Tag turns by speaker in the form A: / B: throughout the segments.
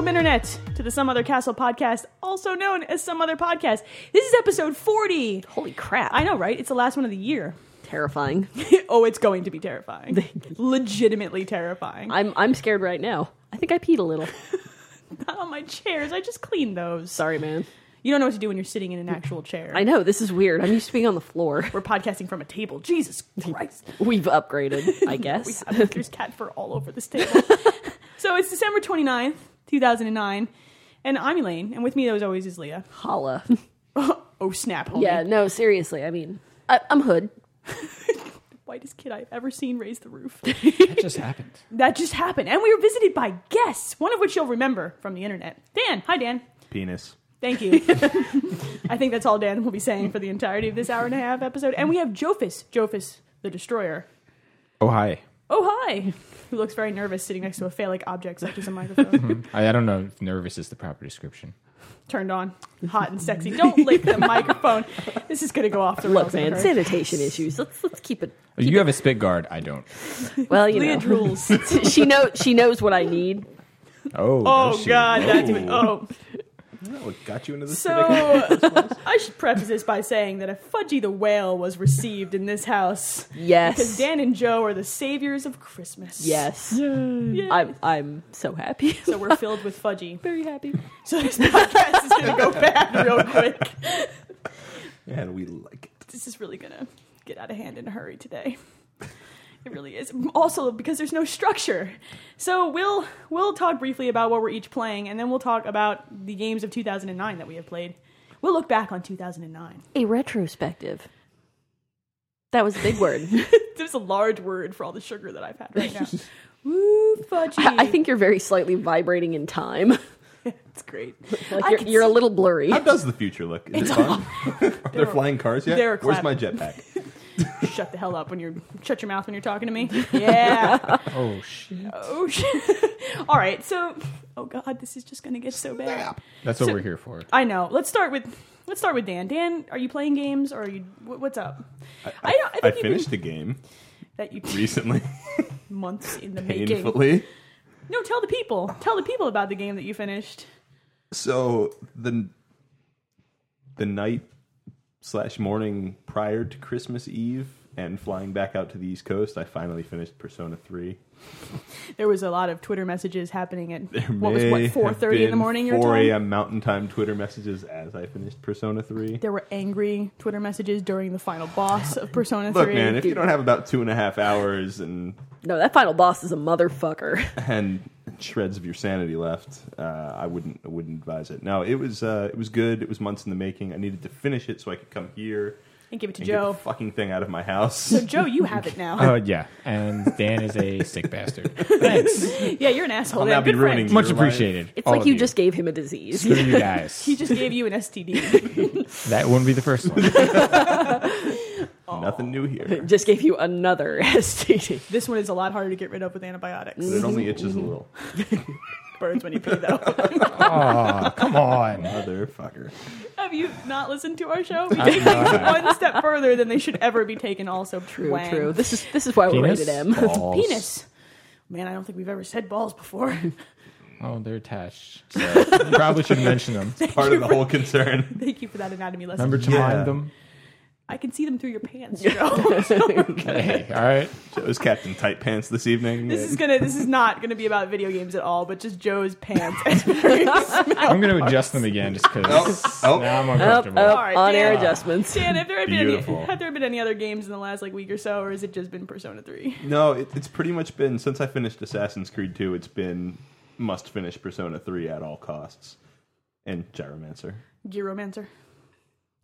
A: internet to the Some Other Castle podcast, also known as Some Other Podcast. This is episode 40.
B: Holy crap.
A: I know, right? It's the last one of the year.
B: Terrifying.
A: oh, it's going to be terrifying. Legitimately terrifying.
B: I'm I'm scared right now. I think I peed a little.
A: Not on Oh, my chairs. I just cleaned those.
B: Sorry, man.
A: You don't know what to do when you're sitting in an actual chair.
B: I know this is weird. I'm used to being on the floor.
A: We're podcasting from a table. Jesus Christ.
B: We've upgraded, I
A: We
B: guess.
A: have, there's cat fur all over this table. so it's December 29th, 2009. And I'm Elaine. And with me, as always, is Leah.
B: Holla.
A: oh, snap, homie.
B: Yeah, no, seriously. I mean, I, I'm hood.
A: whitest kid I've ever seen raise the roof.
C: That just happened.
A: that just happened. And we were visited by guests, one of which you'll remember from the internet. Dan. Hi, Dan.
D: penis.
A: Thank you. I think that's all Dan will be saying for the entirety of this hour and a half episode. And we have Jophis, Jophis the Destroyer.
D: Oh hi.
A: Oh, hi. Who looks very nervous sitting next to a phallic object such as a microphone.
C: I, I don't know if nervous is the proper description.
A: Turned on, hot and sexy. Don't lick the microphone. This is going to go off the
B: Look,
A: rails.
B: man, sanitation issues. Let's let's keep it.
C: Oh, You have a spit guard. I don't.
B: Well, you
A: Leah
B: know,
A: drools.
B: she know she knows what I need.
C: Oh,
A: Oh,
C: does she?
A: God. That's
D: Whoa.
A: Oh.
D: What got you into this?
A: So, I should preface this by saying that a Fudgy the Whale was received in this house because
B: Yes,
A: Dan and Joe are the saviors of Christmas.
B: yes. Mm,
A: Yay.
B: I'm I'm so happy.
A: so we're filled with Fudgy.
B: Very happy.
A: So this podcast is going to go bad real quick.
D: and we like it.
A: This is really going to get out of hand in a hurry today. It really is. Also, because there's no structure. So we'll we'll talk briefly about what we're each playing, and then we'll talk about the games of 2009 that we have played. We'll look back on 2009.
B: A retrospective. That was a big word.
A: There's a large word for all the sugar that I've had right now. Woo, fudgy.
B: I think you're very slightly vibrating in time.
A: it's great.
B: Like
A: I
B: you're,
A: could
B: you're a
A: see-
B: little blurry.
D: How does the future look? Is
A: It's
D: it fun? Are there flying cars yet?
A: they're
D: Where's
A: clap-
D: my jetpack?
A: shut the hell up when you're shut your mouth when you're talking to me. Yeah.
C: Oh shit.
A: oh shit. All right. So, oh god, this is just gonna get so bad.
C: That's what we're here for.
A: I know. Let's start with let's start with Dan. Dan, are you playing games or are you wh- what's up? I, don't-
D: I
A: you've
D: finished a game
A: been, that you
D: recently,
A: months in the making.
D: painfully.
A: No, tell the people. Tell the people about the game that you finished.
D: So the the night slash morning prior to Christmas Eve and flying back out to the East Coast, I finally finished Persona Three.
A: There was a lot of Twitter messages happening at
D: There
A: what was
D: may
A: what
D: have
A: four thirty in the
D: been
A: morning your
D: Four
A: time.
D: a.m. Mountain Time Twitter messages as I finished Persona Three.
A: There were angry Twitter messages during the final boss of Persona
D: Look,
A: 3.
D: man, if you don't have about two and a half hours and
B: No, that final boss is a motherfucker.
D: and shreds of your sanity left, uh, I wouldn't I wouldn't advise it. No, it was uh, it was good. It was months in the making. I needed to finish it so I could come here
A: and give it to
D: and
A: Joe.
D: get the fucking thing out of my house.
A: so, Joe, you have it now.
C: Oh yeah, and Dan is a sick bastard. Thanks,
A: yeah, you're an asshole.
D: I'll
A: Dan.
D: now be
A: Good friend.
D: ruining you.
C: much
D: Your life.
C: appreciated.
B: It's
C: all
B: like
C: of
B: you, just gave him a disease.
C: Screw you guys.
A: He just gave you an STD.
C: that wouldn't be the first one.
D: Nothing new here.
B: just gave you another STD.
A: this one is a lot harder to get rid of with antibiotics.
D: But it only itches a little.
A: Burns when you pee, though.
C: Oh come on.
D: Motherfucker.
A: have you not listened to our show? We
C: I
A: take
C: did not.
A: things one step further than they should ever be taken. Also,
B: True,
A: Wang.
B: true. This is this is why we're
C: Penis.
B: rated M.
C: Balls.
A: Penis. Man, I don't think we've ever said balls before.
C: Oh, they're attached. So probably should mention them.
D: Part of the whole concern.
A: Thank you for that anatomy lesson.
C: Remember to
D: Yeah.
C: mind them.
A: I can see them through your pants, Joe.
C: Hey, all right.
D: Joe's Captain Tight Pants this evening.
A: this is gonna. This is not gonna be about video games at all, but just Joe's pants. and very smell.
C: I'm going to adjust them again just because
D: oh.
C: now I'm
B: Up,
C: uncomfortable.
B: up,
A: right,
B: on air
A: Dan.
B: adjustments.
A: Dan, have there been any,
D: Beautiful.
A: have there been any other games in the last like week or so, or has it just been Persona Three?
D: No, it, it's pretty much been since I finished Assassin's Creed 2, it's been must finish Persona 3 at all costs. And Gyromancer.
A: Geromancer,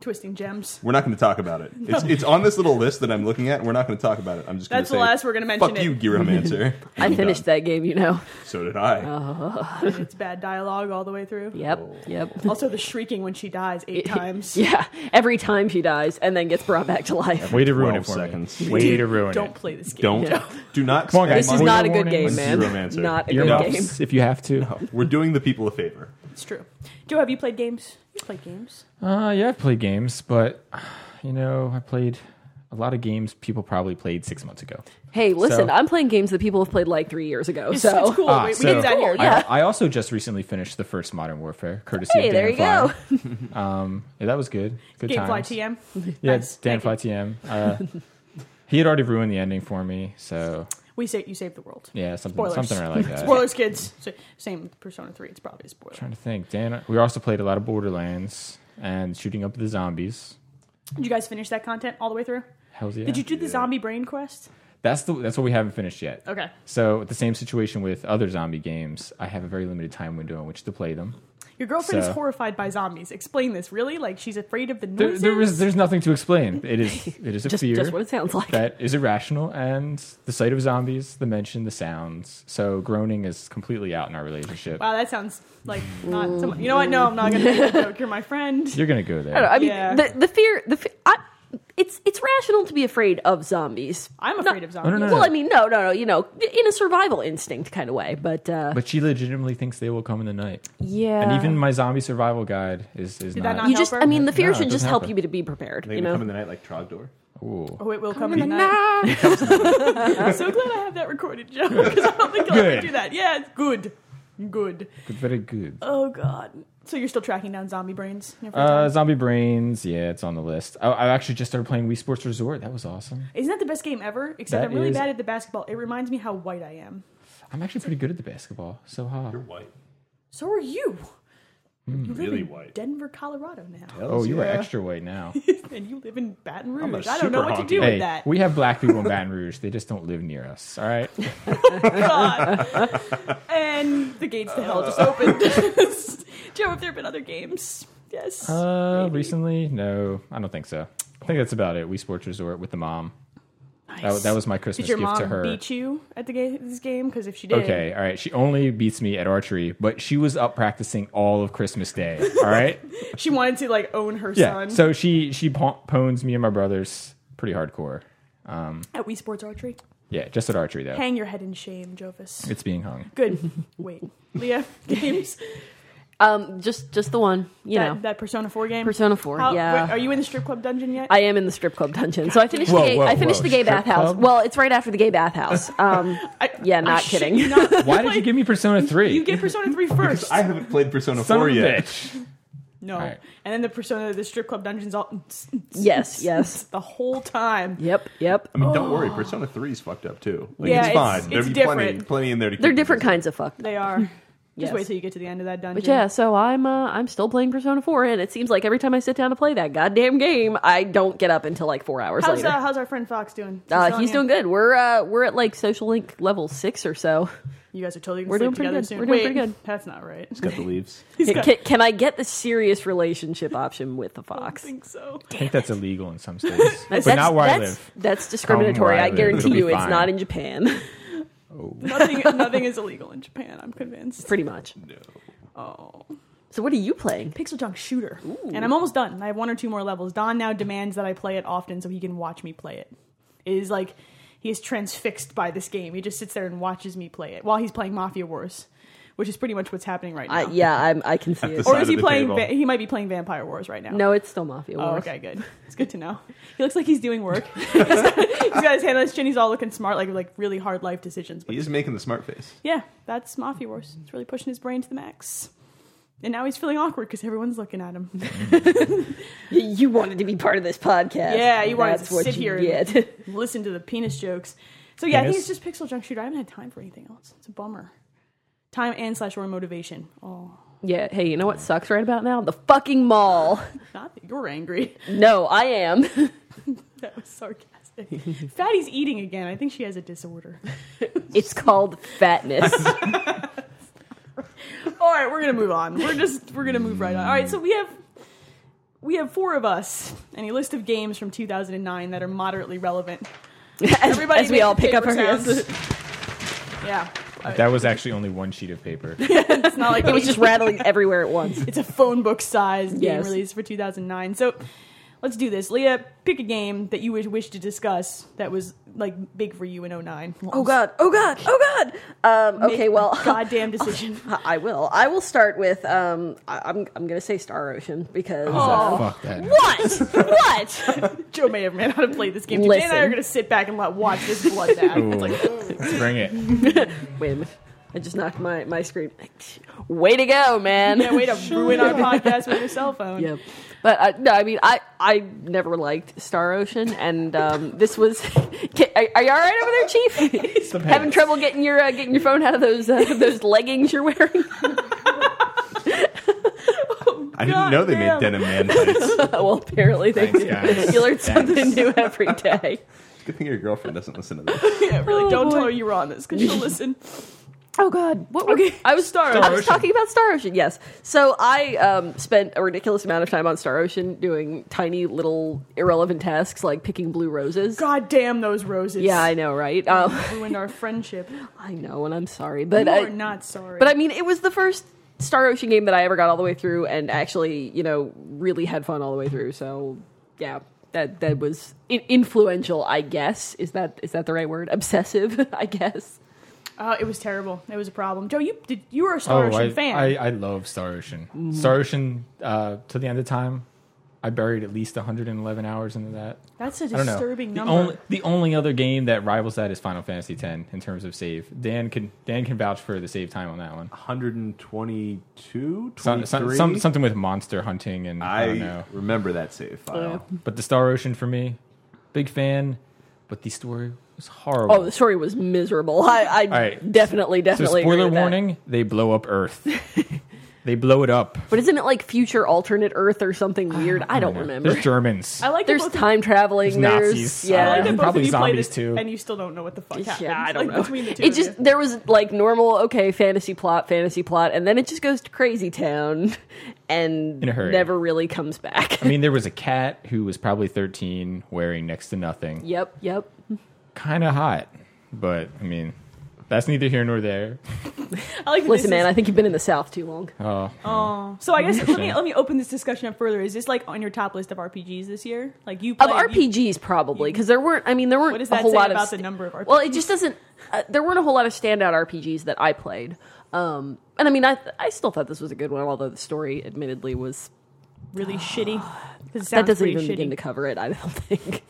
A: Twisting Gems.
D: We're not going to talk about it. It's, it's on this little list that I'm looking at. We're not going to talk about it. I'm just going to
A: That's
D: say,
A: the last we're gonna mention.
D: fuck
A: it.
D: you, Gyromancer.
B: I finished that game, you know.
D: So did I.
A: It's bad dialogue all the way through.
B: Yep,
C: Oh.
B: yep.
A: Also, the shrieking when she dies eight times.
B: Yeah, every time she dies and then gets brought back to life.
C: Way to ruin it
D: 12
C: for
D: seconds.
C: me. Way to ruin
A: Don't
C: it.
A: play this game.
D: Don't
B: Yeah.
D: do not.
C: Come on,
D: spend
C: guys.
B: This is
D: money-
B: not a good
C: Warning.
B: game,
C: Like
B: man.
D: Zeromancer.
B: Not a
C: Your
B: good game.
C: if you have to.
D: We're doing the people a favor.
A: It's true. Joe, have you played games? You played games.
C: Uh, yeah, I've played games, but you know, I played a lot of games people probably played six months ago.
E: Hey, listen,
C: So-
E: I'm playing games that people have played like three years ago.
A: It's,
E: so
A: it's cool.
C: Ah,
A: we, we
C: so
A: get that here.
C: I-
A: Yeah.
C: I, also just recently finished the first Modern Warfare, courtesy
E: Hey,
C: of
E: there you
C: Dan
E: go.
C: Fly. Um, yeah, that was good. Good
A: Gamefly
C: times.
A: TM.
C: Yeah,
A: Nice.
C: it's Dan Fly TM. Uh, he had already ruined the ending for me, so
A: We say you saved the world.
C: yeah, something
A: Spoilers.
C: something around like that.
A: Spoilers, kids. So, same with Persona Three. It's probably a spoiler.
C: Trying to think, Dan. We also played a lot of Borderlands and shooting up the zombies.
A: Did you guys finish that content all the way through?
C: Hell's yeah.
A: Did you do the zombie brain quest?
C: That's the that's what we haven't finished yet.
A: Okay.
C: So the same situation with other zombie games. I have a very limited time window in which to play them.
A: Your girlfriend
C: So-
A: is horrified by zombies. Explain this, really? Like she's afraid of the
C: There,
A: noises.
C: there is there's nothing to explain. It is it is a
E: just,
C: fear
E: just what it sounds like.
C: that is irrational, and the sight of zombies, the mention, the sounds. So groaning is completely out in our relationship.
A: Wow, that sounds like not. Some, you know what? No, I'm not gonna make a joke. You're my friend.
C: You're gonna go
E: I, don't know,
C: there.
E: I mean,
A: Yeah.
E: the, the fear, the fe- I, it's it's rational to be afraid of zombies.
A: I'm
E: No-
A: afraid of zombies.
C: no, no.
E: Well, I mean, no, no, no. You know, in a survival instinct kind of way, but uh,
C: But she legitimately thinks they will come in the night.
E: yeah,
C: And even my zombie survival guide is is
A: Did
C: not.
A: that not
E: you just.
A: help her.
E: I mean, the fear
C: No, it
E: should just
C: doesn't
E: help
C: help
E: you to be prepared.
D: They
E: You
D: would come
E: know,
D: in the night like Trogdor.
C: Ooh.
A: Oh, it will come in the night.
E: Nah.
A: I'm so glad I have that recorded, Joe, because I don't think I'll ever
C: Good.
A: do that. Yeah, it's good. Good.
C: Very good.
A: Oh, God. So you're still tracking down zombie brains? in your free
C: Uh,
A: time?
C: zombie Brains, yeah, it's on the list. I, I actually just started playing Wii Sports Resort. That was awesome.
A: Isn't that the best game ever? Except
C: That
A: I'm really
C: is-
A: bad at the basketball. It reminds me how white I am.
C: I'm actually pretty good at the basketball. So ha.
D: You're white.
A: So are you.
C: Hmm.
A: you live
D: Really
A: in
D: white.
A: Denver, Colorado now.
C: Oh, you are
D: Yeah.
C: extra white now.
A: and you live in Baton
D: I'm a
A: Rouge. I don't know
D: super
A: what to
D: honky.
A: do with
C: hey,
A: that.
C: we have black people in Baton Rouge. They just don't live near us. All right.
A: God. and the gates to hell just
D: Uh.
A: opened. Joe, have there been other games? Yes.
C: Uh,
A: Maybe.
C: recently, no, I don't think so. I think that's about it. Wii Sports Resort with the mom. That, that was my Christmas
A: Did your
C: gift
A: mom
C: to her.
A: beat you at the ga- this game? Because if she did,
C: Okay, all right. She only beats me at archery, but she was up practicing all of Christmas Day. All right.
A: she wanted to like own her
C: yeah.
A: son
C: So she she po- pones me and my brothers pretty hardcore. Um,
A: at Wii Sports Archery.
C: Yeah, just at archery though.
A: Hang your head in shame, Jovis.
C: It's being hung.
A: Good. Wait, Leah, games.
E: um, just just the one. You
A: that,
E: know,
A: that Persona Four game.
E: Persona Four.
A: How-
E: yeah,
A: wait, are you in the strip club dungeon yet?
E: I am in the strip club dungeon. So I finished
C: Whoa,
E: the gay,
C: whoa,
E: I finished
C: whoa.
E: the gay
C: Strip
E: bathhouse.
C: club?
E: Well, it's right after the gay bathhouse. Um,
A: I-
E: yeah, not
A: I shit
E: kidding.
A: you not.
C: Why did you give me Persona Three?
A: You get Persona Three first.
D: I haven't played Persona
C: Son
D: 4
C: of a
D: yet.
C: bitch.
A: no,
C: Alright.
A: and then the Persona, the strip club dungeons, all
E: yes, yes.
A: the whole time.
E: Yep, yep.
D: I mean, don't worry. Persona 3 is fucked up, too. Like,
A: Yeah,
D: it's
A: it's-
D: fine.
A: it's
D: There'll be plenty,
A: different.
D: plenty in there to
E: They're
D: keep
E: different
D: you busy.
E: kinds of fucked.
A: They are. Just
E: Yes.
A: wait till you get to the end of that dungeon.
E: But yeah, so I'm uh, I'm still playing Persona 4, and it seems like every time I sit down to play that goddamn game, I don't get up until like four hours
A: How's
E: later.
A: uh, how's our friend Fox doing? Is he still
E: uh,
A: on
E: he's
A: you?
E: doing good. We're uh, we're at like social link level six or so.
A: You guys are totally. gonna
E: We're doing
A: sleep
E: pretty
A: together
E: good.
A: Soon.
E: We're doing
A: Wait,
E: pretty good.
A: That's not right.
D: It's got the leaves.
E: Can, can I get the serious relationship option with the fox?
A: I think so.
C: I think that's illegal in some states, but
E: That's-
C: not where I
E: that's-
C: live.
E: That's discriminatory.
C: where I
E: I
C: live.
E: guarantee
C: It'll be
E: you, it's
C: fine.
E: not in Japan.
A: Nothing, nothing is illegal in Japan. I'm convinced.
E: Pretty much.
A: Oh,
E: So what are you playing?
A: Pixel Junk Shooter, and I'm almost done. I have one or two more levels. Don now demands that I play it often so he can watch me play it. It is like he is transfixed by this game. He just sits there and watches me play it while he's playing Mafia Wars, which is pretty much what's happening right now.
E: I, yeah, I'm, I can see
D: At
E: it.
D: the
A: Or
D: Side
A: is
D: of
A: he
D: the
A: playing?
D: table.
A: Va- he might be playing Vampire Wars right now.
E: No, it's still Mafia Wars.
A: Oh, okay, good. It's good to know. He looks like he's doing work. he's got his hand on his chin. He's all looking smart, like like really hard life decisions. But
D: He is making the smart face.
A: yeah, that's Mafia Wars. It's really pushing his brain to the max. And now he's feeling awkward because everyone's looking at him.
E: You, you wanted to be part of this podcast.
A: Yeah, you wanted
E: That's
A: to
E: what
A: sit
E: you
A: here and-
E: Get.
A: Listen to the penis jokes. So yeah, I
C: Penis?
A: think it's just Pixel Junk Shooter. I haven't had time for anything else. It's a bummer. Time and slash or motivation. Oh,
E: yeah. Hey, you know what sucks right about now? The fucking mall.
A: not that you're angry.
E: No, I am.
A: That was sarcastic. Fatty's eating again. I think she has a disorder.
E: It's called fatness.
A: All right, we're gonna move on. We're just we're gonna move right on. All right, so we have we have four of us and a list of games from 2009 that are moderately relevant. Everybody,
E: as we
A: make
E: all
A: the
E: pick up
A: paper
E: our
A: sounds. Yeah,
C: That was actually only one sheet of paper.
A: it's not like
E: it was just rattling everywhere at once.
A: it's a phone book sized game
E: Yes.
A: release for 2009. So. let's do this. Leah, pick a game that you would wish to discuss that was like big for you in 09.
E: Oh god. Oh god. Oh god. Um, okay. Well,
A: goddamn decision.
E: I will. I will start with. Um, I, I'm. I'm gonna say Star Ocean because.
C: Oh, fuck that.
A: What? what? Joe may have may not have played this game. Today and I are
E: Listen.
A: going to sit back and let watch this blood bath. It's like,
C: Ooh, bring it.
E: Wait a minute. I just knocked my my screen. Way to go, man.
A: yeah, way to ruin our podcast with your cell phone.
E: Yep. But uh, no, I mean, I I never liked Star Ocean, and um, this was. Ki- Are, are you all right over there, Chief?
C: The
E: Having
C: pants.
E: trouble getting your uh, getting your phone out of those uh, those leggings you're wearing?
D: I didn't
A: God
D: know they
A: damn.
D: made denim man pants.
E: well, apparently they
C: Thanks,
E: do.
C: guys.
E: You learn
C: Thanks.
E: something new every day.
D: Good thing your girlfriend doesn't listen to this.
A: Yeah, really. don't
E: Oh, boy.
A: tell her you were on this because she'll listen.
E: Oh God, what? Okay,
A: I was Star
E: I was
C: Ocean.
E: talking about Star Ocean. Yes, so I um, spent a ridiculous amount of time on Star Ocean doing tiny little irrelevant tasks like picking blue roses.
A: God damn those roses.
E: Yeah, I know, right? Um,
A: ruined our friendship.
E: I know, and I'm sorry, but
A: you
E: I,
A: are not sorry.
E: But I mean, it was the first Star Ocean game that I ever got all the way through, and actually, you know, really had fun all the way through. So, yeah, that that was in- influential. I guess is that is that the right word? Obsessive, I guess.
A: uh, it was terrible. It was a problem. Joe, you did, you were a Star
C: Oh,
A: Ocean
C: I,
A: fan. Mm-hmm.
C: I, I love Star Ocean. Star Ocean, uh, to the end of time, I buried at least 111 hours into that.
A: That's a
C: I don't know.
A: disturbing
C: the
A: number.
C: Only, the only other game that rivals that is Final Fantasy X in terms of save. Dan can Dan can vouch for the save time on that one.
D: 122,
C: Some, some,
D: 23?
C: some, something with monster hunting and I,
D: I
C: don't know.
D: remember that save file.
C: But the Star Ocean for me, big fan. But the story was horrible.
E: Oh, the story was miserable. I, I
C: right.
E: definitely,
C: so
E: definitely. agree
C: spoiler
E: with that.
C: warning: they blow up Earth. they blow it up.
E: But isn't it like future alternate Earth or something weird?
C: Ah,
E: I don't remember.
C: There's Germans.
A: I like that
E: There's
A: both of-
E: time traveling. There's,
C: Nazis.
E: yeah.
A: I like that both
C: Probably
A: of you play
C: zombies,
A: this
C: too.
A: and you still don't know what the fuck happened.
E: Yeah, I don't
A: like,
E: know.
A: Between the two
E: It
A: of
E: just
A: you.
E: there was like normal okay fantasy plot, fantasy plot, and then it just goes to crazy town, and
C: In a hurry.
E: never really comes back.
C: I mean, there was a cat who was probably 13 wearing next to nothing.
E: yep, yep.
C: Kind of hot, but I mean, that's neither here nor there.
A: I like that this
E: Listen, man,
A: is-
E: I think you've been in the South too long.
C: Oh,
A: so I guess let me let me open this discussion up further. Is this like on your top list of RPGs this year? Like you
E: Of
A: play, you-
E: RPGs, probably because there weren't. I mean, there weren't
A: What does
E: a
A: that
E: whole
A: say
E: lot
A: about
E: of
A: the number of RPGs?
E: Well, it just doesn't. Uh, there weren't a whole lot of standout RPGs that I played, um, and I mean, I I still thought this was a good one, although the story, admittedly, was
A: really shitty. 'Cause It
E: that
A: sounds
E: doesn't
A: pretty
E: even
A: shitty.
E: begin to cover it. I don't think.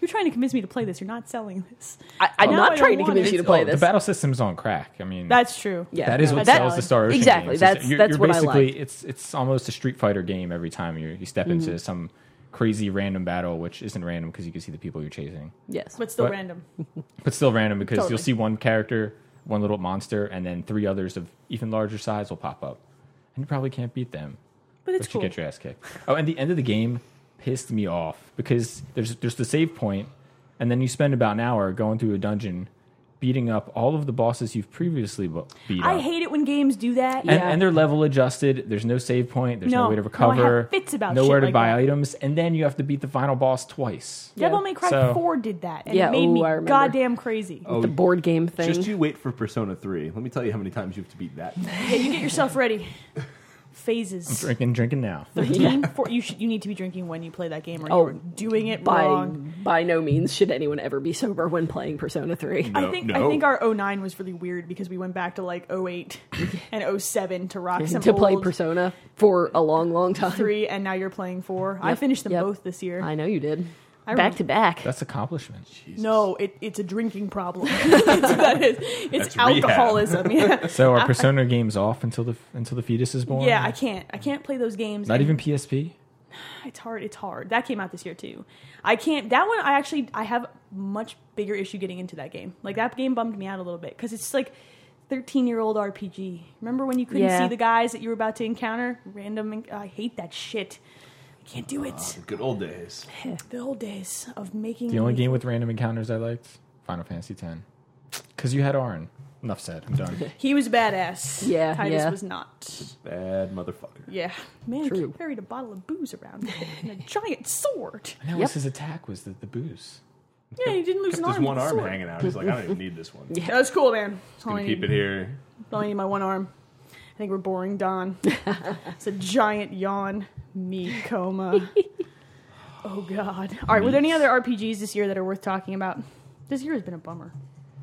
A: You're trying to convince me to play this. You're not selling this.
E: I, I'm
A: Now I
E: not
A: don't
E: trying to
A: want
E: convince
A: it.
E: you to play
C: Oh,
E: this.
C: The battle system's on crack. I mean,
A: That's true.
E: Yeah.
C: that is
A: no,
C: what
A: that's
C: sells the
A: valid.
C: Star Ocean
E: Exactly,
C: games.
E: that's-
C: you're,
E: that's
C: you're
E: what I
C: basically,
E: like.
C: It's it's almost a Street Fighter game every time you you step into some crazy random battle, which isn't random because you can see the people you're chasing,
E: yes.
A: But still
C: But-
A: random.
C: but still random because
A: Totally.
C: you'll see one character, one little monster, and then three others of even larger size will pop up, and you probably can't beat them.
A: But it's
C: but
A: cool.
C: you get your ass kicked. Oh, and the end of the game pissed me off because there's there's the save point, and then you spend about an hour going through a dungeon, beating up all of the bosses you've previously bu- beat
A: I
C: up.
A: hate it when games do that.
C: and,
E: Yeah.
C: and they're level adjusted. There's no save point. There's no,
A: No.
C: way to
A: No, I have
C: recover.
A: fits about
C: nowhere
A: shit
C: to
A: like
C: buy
A: that.
C: items, and then you have to beat the final boss twice.
A: Devil
E: Yeah. Oh.
A: May Cry
C: So-
A: 4 did that, and
E: Yeah,
A: it made
E: ooh,
A: me
E: I remember.
A: goddamn crazy.
C: Oh,
E: the board game thing.
D: Just you wait for Persona 3. Let me tell you how many times you have to beat that.
A: Yeah, you get yourself ready. Phases.
C: Drinking, drinking now.
A: 13, 4 you, should, you need to be drinking when you play that game, or
E: Oh,
A: you're doing it
E: by
A: wrong.
E: by no means should anyone ever be sober when playing Persona 3.
A: I
D: No,
A: think
D: no.
A: I think our 09 was really weird because we went back to like 08 and 07 to rock some
E: to play
A: old
E: Persona for a long, long time.
A: three, and now you're playing four. I
E: Yep,
A: finished them
E: yep.
A: both this year.
E: I know you did.
A: I
E: back
A: rem-
E: to back.
C: That's accomplishment.
A: no, it, it's a drinking problem. That's what that is. It's
D: That's rehab.
A: alcoholism. Yeah,
C: So are Persona games off until the until the fetus is born?
A: yeah. I can't. I can't play those games. and
C: Not even PSP.
A: It's hard. It's hard. That came out this year too. I can't. That one. I actually. I have much bigger issue getting into that game. Like that game bummed me out a little bit because it's like. 13 year old RPG. Remember when you couldn't
E: Yeah.
A: see the guys that you were about to encounter? Random. en- I hate that shit. I can't do it.
D: Ah, Good old days.
E: Oh.
A: The old days of making.
C: The only game with random encounters I liked, Final Fantasy X, because you had Arn. Enough said. I'm done.
A: He was badass.
E: Yeah,
A: Titus
E: yeah.
A: was not.
D: Bad motherfucker.
A: Yeah, man
E: True.
A: carried a bottle of booze around and a giant sword.
C: That
E: Yep.
C: was his attack was the, the booze.
A: Yeah, he didn't lose
D: Kept
A: an
D: his
A: arm.
D: one
A: with a
D: arm
A: sword.
D: hanging out. He's like, I don't even need this one. Yeah.
A: That was cool, man. Just
D: Gonna keep it here.
A: Only need my one arm. I think we're boring Don. it's a giant yawn. Me coma. Oh God! All right, were there any other RPGs this year that are worth talking about? This year has been a bummer.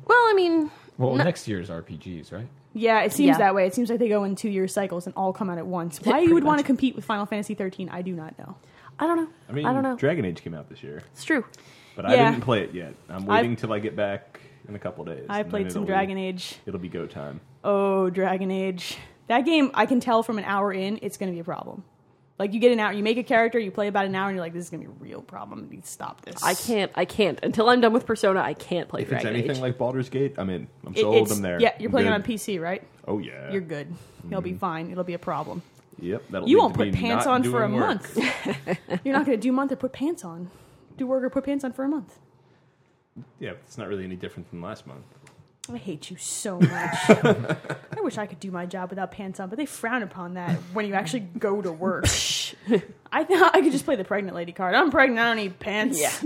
E: Well, I mean,
C: Well,
E: No.
C: next year's RPGs, right?
A: Yeah, it seems
B: Yeah.
A: that way. It seems like they go in two-year cycles and all come out at once. Why you
E: pretty
A: would want to
E: much.
A: compete with Final Fantasy 13, I do not know.
B: I don't know.
D: I mean,
B: I don't know.
D: Dragon Age came out this year,
B: It's true.
D: but
A: Yeah.
D: I didn't play it yet. I'm
A: I-
D: waiting till I get back in a couple days.
A: I
D: and then
A: played some
D: it'll be-
A: Dragon Age.
D: It'll be go time.
A: Oh, Dragon Age. That game, I can tell from an hour in, it's going to be a problem. Like you get an hour, you make a character, you play about an hour, and you're like, this is going to be a real problem. I need to stop this.
E: I can't. I can't until I'm done with Persona. I can't play
D: If it's
E: Dragon
D: anything
E: Age.
D: like Baldur's Gate, I'm in. I'm
A: It-
D: sold.
A: it's-
D: I'm there.
A: Yeah, you're
D: I'm
A: playing it
D: good.
A: on PC, right?
D: Oh yeah. Mm-hmm.
A: You're good. You'll be fine. It'll be a problem.
D: Yep. That'll
A: You
D: lead
A: won't
D: to
A: put
D: me
A: pants
D: not
A: on for a
D: doing work.
A: month. You're not going to do month or put pants on. Do work or put pants on for a month.
D: Yeah, it's not really any different than last month.
A: I hate you so much. I wish I could do my job without pants on, but they frown upon that when you actually go to work. I thought I could just play the pregnant lady card. I'm pregnant. I don't need pants.
E: Yeah.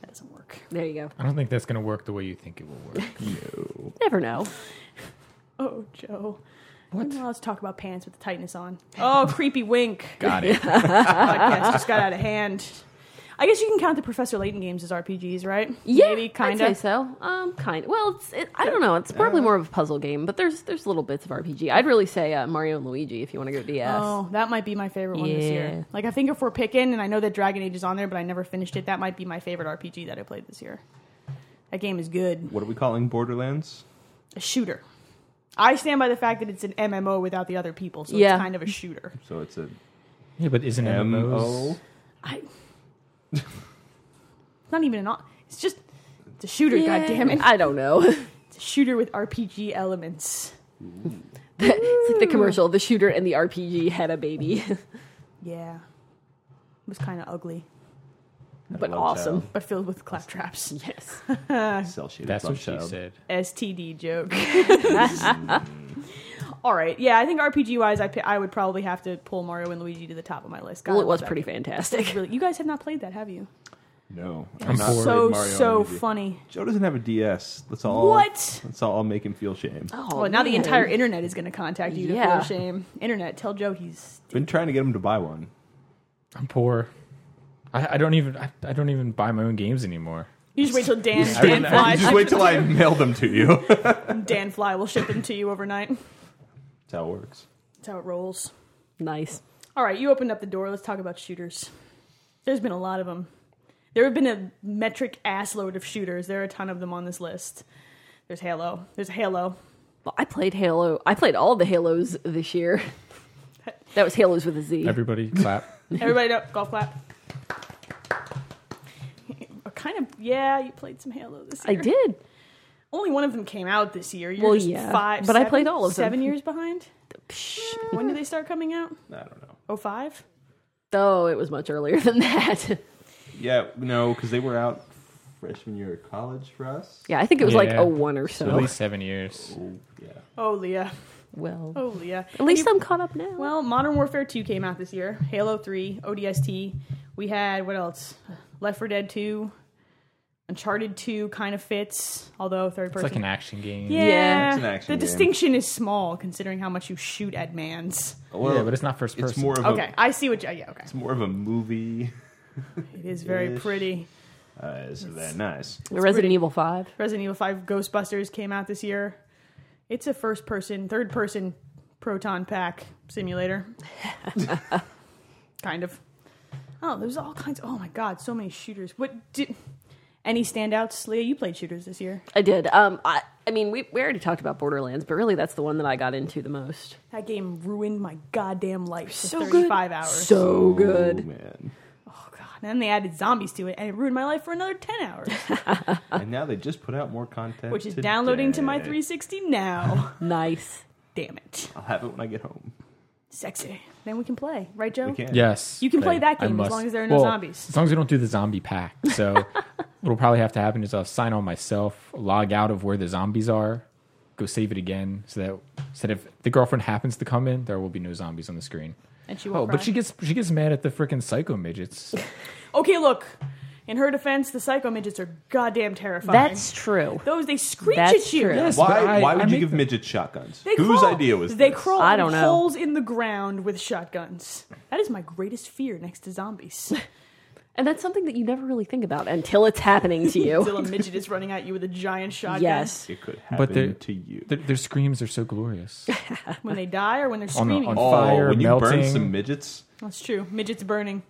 A: that doesn't work.
E: there you go.
F: I don't think that's going to work the way you think it will work.
E: Never know.
A: Oh, Joe. What? Let's talk about pants with the tightness on. Oh, creepy wink.
F: Got it.
A: podcast just got out of hand. I guess you can count the Professor Layton games as RPGs, right?
E: Yeah,
A: Maybe,
E: kind
A: kind of.
E: of. So, um, kind. Well, it's. It, I don't know. It's probably more of a puzzle game, but there's there's little bits of RPG. I'd really say uh, Mario and Luigi if you want to go DS.
A: Oh, that might be my favorite one this
E: Yeah.
A: year. Like, I think if we're picking, and I know that Dragon Age is on there, but I never finished it, that might be my favorite RPG that I played this year. That game is good.
D: What are we calling Borderlands?
A: A shooter. I stand by the fact that it's an MMO without the other people, so
E: Yeah.
A: it's kind of a shooter.
D: So it's a
C: Yeah, but isn't
D: M
C: MMOs?
D: O.
A: I. it's not even an. o- It's just. It's a shooter,
E: Yeah,
A: goddammit.
E: I don't know.
A: It's a shooter with RPG elements.
E: it's like the commercial. The shooter and the RPG had a baby,
A: Yeah. It was kind of ugly,
E: but awesome.
A: but filled with claptraps.
E: Yes.
D: Cell shaded.
C: That's what she said.
A: STD joke. All right. Yeah, I think RPG wise, I, pi- I would probably have to pull Mario and Luigi to the top of my list. God, I
E: Well, it was
A: love
E: pretty
A: that game.
E: fantastic.
A: Really, you guys have not played that, have you?
D: No,
C: I'm
D: not
C: bored.
A: so
D: played Mario
A: so
D: and Luigi.
A: funny.
D: Joe doesn't have a DS. Let's all
A: What?
D: Let's all make him feel shame.
E: Oh,
A: Well, now the
E: man.
A: entire internet is going to contact you
E: Yeah.
A: to feel shame. Internet, tell Joe he's
D: Been trying to get him to buy one.
C: I'm poor. I, I don't even. I, I don't even buy my own games anymore.
A: you just wait till Dan
D: I mean,
A: Dan
D: I-
A: Fly
D: you just wait till I mail them to you. That's
A: Dan Fly will ship them to you overnight.
D: how it works.
A: That's how it rolls.
E: nice.
A: All right, you opened up the door. Let's talk about shooters. There's been a lot of them. There have been a metric ass load of shooters. There are a ton of them on this list. There's Halo. There's Halo.
E: Well, I played Halo. I played all the Halos this year. That was Halos with a Z.
C: Everybody clap.
A: Everybody know golf clap. Uh, Kind of, yeah. You played some Halo this
E: I
A: year.
E: did.
A: Only one of them came out this year. You're
E: Well,
A: just
E: yeah,
A: five,
E: but I
A: seven-
E: played all of them.
A: Seven years behind. When did they start coming out?
D: I don't know.
A: Oh five.
E: Oh, it was much earlier than that.
D: Yeah, no, because they were out freshman year of college for us.
E: yeah, I think it was like
C: Yeah.
E: a one or so.
C: At least seven years.
D: Oh, yeah.
A: Oh Leah.
E: well,
A: Oh Leah.
E: at least I'm caught up now.
A: Well, Modern Warfare 2 came out this year. Halo 3, ODST. We had what else? Left 4 Dead 2, Uncharted 2 kind of fits, although third
C: It's
A: person.
C: like an action game.
A: yeah,
E: Yeah,
D: it's an action
A: the
D: game.
A: distinction is small considering how much you shoot at mans.
D: Well,
C: yeah, but it's not first person. Uh,
D: it's more of
A: Okay,
D: a
A: I see what you. Yeah, okay,
D: it's more of a movie.
A: it is very
D: Ish.
A: pretty.
D: Uh, so that nice.
E: Resident
A: pretty-
E: Evil Five.
A: Resident Evil 5 Ghostbusters came out this year. It's a first person, third person proton pack simulator. kind of. Oh, there's all kinds. Oh my god, so many shooters. What did any standouts? Leah, you played shooters this year.
E: I did. Um, I, I mean, we we already talked about Borderlands, but really, that's the one that I got into the most.
A: That game ruined my goddamn life. for
E: So good.
A: 35 hours.
E: So
D: Oh, man.
A: oh god. And then they added zombies to it and it ruined my life for another 10 hours,
D: and now they just put out more
A: Uh.
D: content,
A: which is downloading to my
D: today.
A: 360 now.
E: nice.
A: Damn it.
D: I'll have it when I get home.
A: Sexy. Then we can play, right Joe?
D: We can.
C: Yes.
A: You can play that
C: I
A: game as
C: must.
A: long as there are no
C: Well,
A: zombies.
C: As long as we don't do the zombie pack. So what'll probably have to happen is I'll sign on myself, log out of where the zombies are, go save it again, so that so that if the girlfriend happens to come in, there will be no zombies on the screen.
A: And she won't
C: Oh, but
A: cry.
C: she gets she gets mad at the freaking psycho midgets.
A: Okay, look. In her defense, the psycho midgets are goddamn terrifying.
B: That's true.
A: those they screech
B: that's
A: at you.
B: true. Yes.
C: but
D: Why?
C: I-
D: why
C: I
D: would you
C: make
D: give
C: them-
D: midgets shotguns?
A: They
D: Whose
A: crawl-
D: idea was
A: they
D: this?
A: crawl
E: I
A: in
E: don't know.
A: holes in the ground with shotguns? That is my greatest fear next to zombies.
E: And that's something that you never really think about until it's happening to you.
A: Until a midget is running at you with a giant shotgun.
E: yes.
D: It could happen
C: But they're-
D: to you.
C: Their, their screams are so glorious.
A: When they die or when they're
C: On the-
A: screaming.
C: on
D: Oh,
C: Fire,
D: when you burn
C: melting.
D: some midgets,
A: That's true. Midgets burning.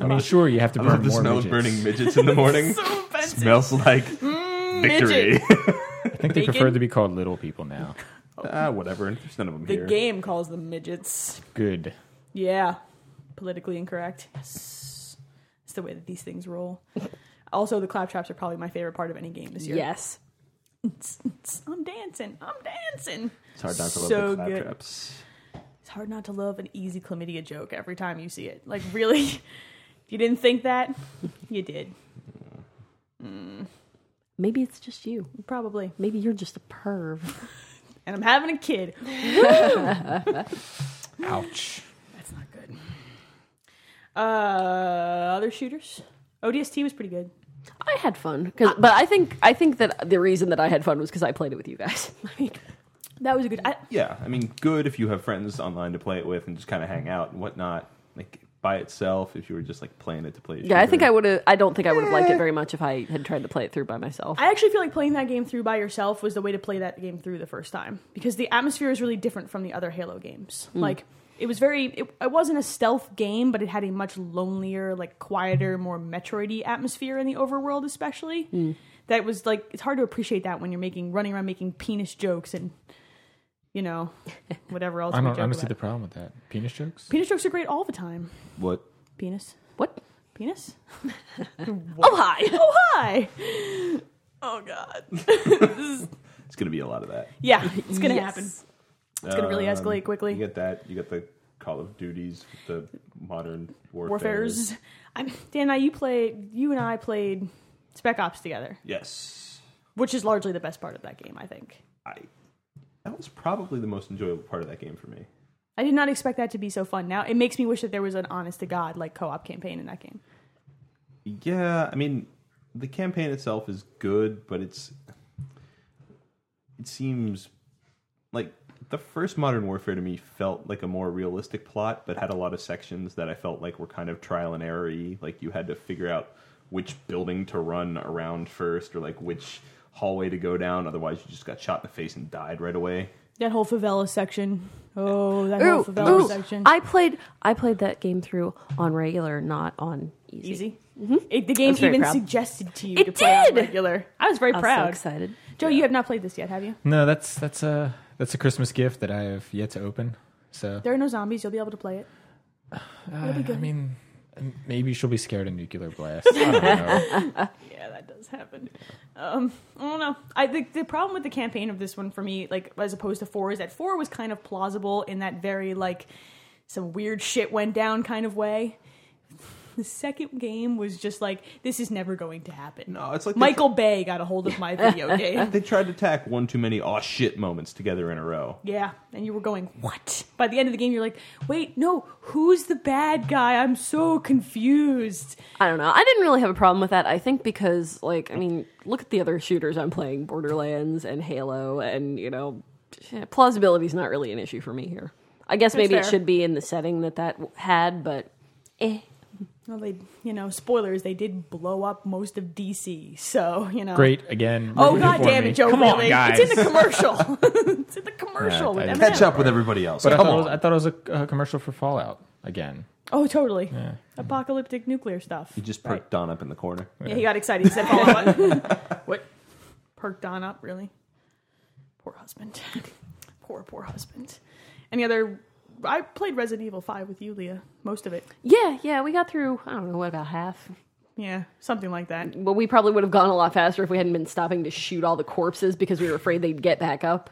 C: I mean, sure, you have to
D: I
C: burn
D: love the
C: more
D: smell of
C: midgets.
D: burning midgets in the morning.
A: So offensive.
D: Smells like victory.
C: I think they
A: Bacon.
C: prefer to be called little people now.
D: ah, whatever. There's none of them
A: The
D: here.
A: game calls them midgets.
C: Good.
A: Yeah. Politically incorrect. Yes. It's the way that these things roll. also, the claptraps are probably my favorite part of any game this year.
E: Yes.
A: I'm dancing. I'm dancing.
D: It's hard not to love
A: So
D: the
A: good.
D: claptraps.
A: It's hard not to love an easy chlamydia joke every time you see it. Like, really? if you didn't think that, you did.
E: Maybe it's just you.
A: Probably.
E: Maybe you're just a perv.
A: And I'm having a kid.
C: Ouch.
A: That's not good. Uh, other shooters? ODST was pretty good.
E: I had fun, 'cause- but I think I think that the reason that I had fun was because I played it with you guys. Like,
A: That was a good. I,
D: Yeah, I mean, good if you have friends online to play it with and just kind of hang out and whatnot. Like by itself, if you were just like playing it to play. a
E: yeah, I think
D: shooter.
E: I would have. I don't think I would have liked it very much if I had tried to play it through by myself.
A: I actually feel like playing that game through by yourself was the way to play that game through the first time because the atmosphere is really different from the other Halo games. Like it was very, it, it wasn't a stealth game, but it had a much lonelier, like quieter, more Metroidy atmosphere in the overworld, especially. That was like it's hard to appreciate that when you're making running around making penis jokes and you know whatever else.
C: I
A: we
C: don't
A: joke
C: understand the
A: about.
C: problem with that. Penis jokes?
A: penis jokes are great all the time.
D: What?
A: Penis,
E: What?
A: penis.
E: Oh hi!
A: Oh hi. Oh god.
D: It's gonna be a lot of that. Um,
A: Yeah, it's gonna
E: Yes.
A: happen. It's gonna really escalate quickly.
D: You get that. You get the Call of Duties, the modern warfare.
A: warfares. I'm, Dan and I, you played, you and I played Spec Ops together,
D: Yes,
A: which is largely the best part of that game. I think
D: I. That was probably the most enjoyable part of that game for me.
A: I did not expect that to be so fun. Now it makes me wish that there was an honest to god like co-op campaign in that game.
D: Yeah, I mean, the campaign itself is good, but it's it seems like the first Modern Warfare to me felt like a more realistic plot, but had a lot of sections that I felt like were kind of trial and error Like you had to figure out which building to run around first, or like which hallway to go down. Otherwise, you just got shot in the face and died right away.
A: That whole favela section. Oh, that whole
E: Ooh,
A: favela
E: ooh.
A: section.
E: I played I played that game through on regular, not on easy.
A: Easy. It, the game
E: Mm-hmm. was very
A: even
E: proud.
A: suggested to you
E: It
A: to play on
E: did!
A: regular. I was very
E: I was so
A: proud.
E: excited.
A: Joe, you have not played this yet, have you?
C: No, that's that's a that's a Christmas gift that I have yet to open. So
A: There are no zombies. You'll be able to play it.
C: uh, I mean, maybe she'll be scared of nuclear blast. I don't know.
A: Yeah, that does happen. Um, I don't know. I think the problem with the campaign of this one for me, like as opposed to four, is that four was kind of plausible in that very like some weird shit went down kind of way. The second game was just like this is never going to happen.
D: No, it's like they
A: Michael Bay got a hold of my video game.
D: They tried to tack one too many aw shit moments together in a row.
A: Yeah, and you were going, what? By the end of the game, you're like, wait, no, who's the bad guy? I'm so confused.
E: I don't know. I didn't really have a problem with that. I think because, like, I mean, look at the other shooters I'm playing: Borderlands and Halo, and you know, plausibility's not really an issue for me here. I guess maybe
A: fair.
E: it should be in the setting that that w- had, but eh.
A: Well, they, you know, spoilers, they did blow up most of DC, so, you know.
C: Great again.
A: Oh
C: ruined
A: god
C: for
A: damn
C: me.
A: it, Joe!
C: Come
A: really.
C: on, guys.
A: It's in the commercial. it's in the commercial.
C: Yeah, I-
A: with
D: Catch
A: Eminem.
D: up with everybody else.
C: but I
D: Come
C: thought, it was,
D: on.
C: I thought it was a, a commercial for Fallout again.
A: Oh, totally. Apocalyptic nuclear stuff.
D: You just perked Don up in the corner.
A: Yeah, he got excited. He said, "Follow up." "What?" Perked on up, really. Poor husband. poor, poor husband. Any other? I played Resident Evil Five with you, Leah. Most of it.
E: yeah, yeah, we got through. I don't know what about half,
A: Yeah, something like that.
E: but we probably would have gone a lot faster if we hadn't been stopping to shoot all the corpses because we were afraid they'd get back up.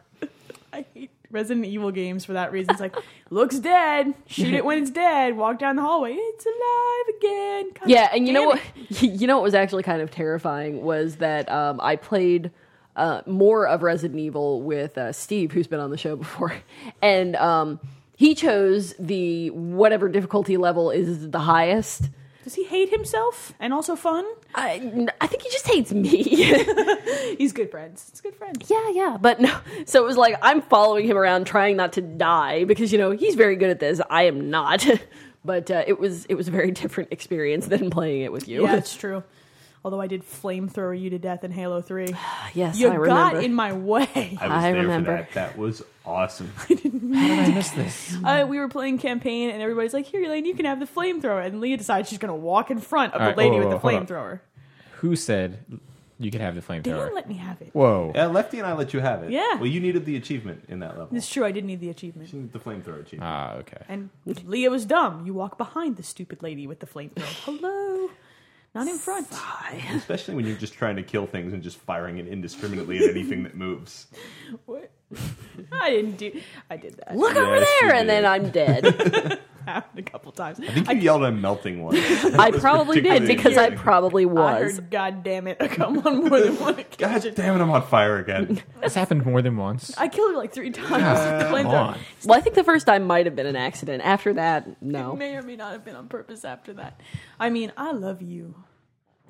A: I hate Resident Evil games for that reason. It's like, looks dead. Shoot it when it's dead. Walk down the hallway. It's alive again. God
E: Yeah, and you know
A: damn
E: what?
A: it.
E: You know what was actually kind of terrifying was that um, I played uh, more of Resident Evil with uh, Steve, who's been on the show before, and um, he chose the whatever difficulty level is the highest.
A: Does he hate himself and also fun?
E: I, I think he just hates me.
A: He's good friends. It's good friends.
E: Yeah, yeah. But no, so it was like I'm following him around trying not to die because you know, he's very good at this. I am not. But uh, it was it was a very different experience than playing it with you.
A: Yeah, it's true. Although I did flamethrower you to death in Halo 3.
E: yes,
A: You
E: I
A: got
E: remember.
A: in my way.
D: I was
E: I
D: there
E: remember.
D: for that. That was awesome.
A: Uh, we were playing campaign, and everybody's like, Here, Elaine, you can have the flamethrower. And Leah decides she's going to walk in front of
C: All
A: the
C: right,
A: lady
C: whoa,
A: with the
C: whoa, hold on.
A: flamethrower.
C: Who said you could have the
A: They didn't
C: flamethrower?
A: let me have it.
C: Whoa.
D: yeah, Lefty and I let you have it.
A: Yeah.
D: Well, you needed the achievement in that level.
A: It's true, I did need the achievement.
D: You needed the flamethrower achievement.
C: Ah, okay.
A: And Leah was dumb. You walk behind the stupid lady with the flamethrower. Hello. Not in front.
D: Especially when you're just trying to kill things and just firing it indiscriminately at anything that moves.
A: What? I didn't do. I did that
E: Look over
D: Yes, you
E: there, and then
D: did.
E: I'm dead.
A: happened a couple times.
D: I think you yelled I'm melting once.
E: I probably did
D: particularly
E: because I
D: amusing.
E: probably
A: I
E: was.
A: heard "God damn it" come on more than one
D: God
A: occasion.
D: damn it, I'm on fire again.
C: This happened more than once.
A: I killed her like three times. with the
C: Come
A: flamethrower.
C: on.
E: Well, I think the first time might have been an accident. After that,
A: It
E: no.
A: may or may not have been on purpose after that. I mean, I love you.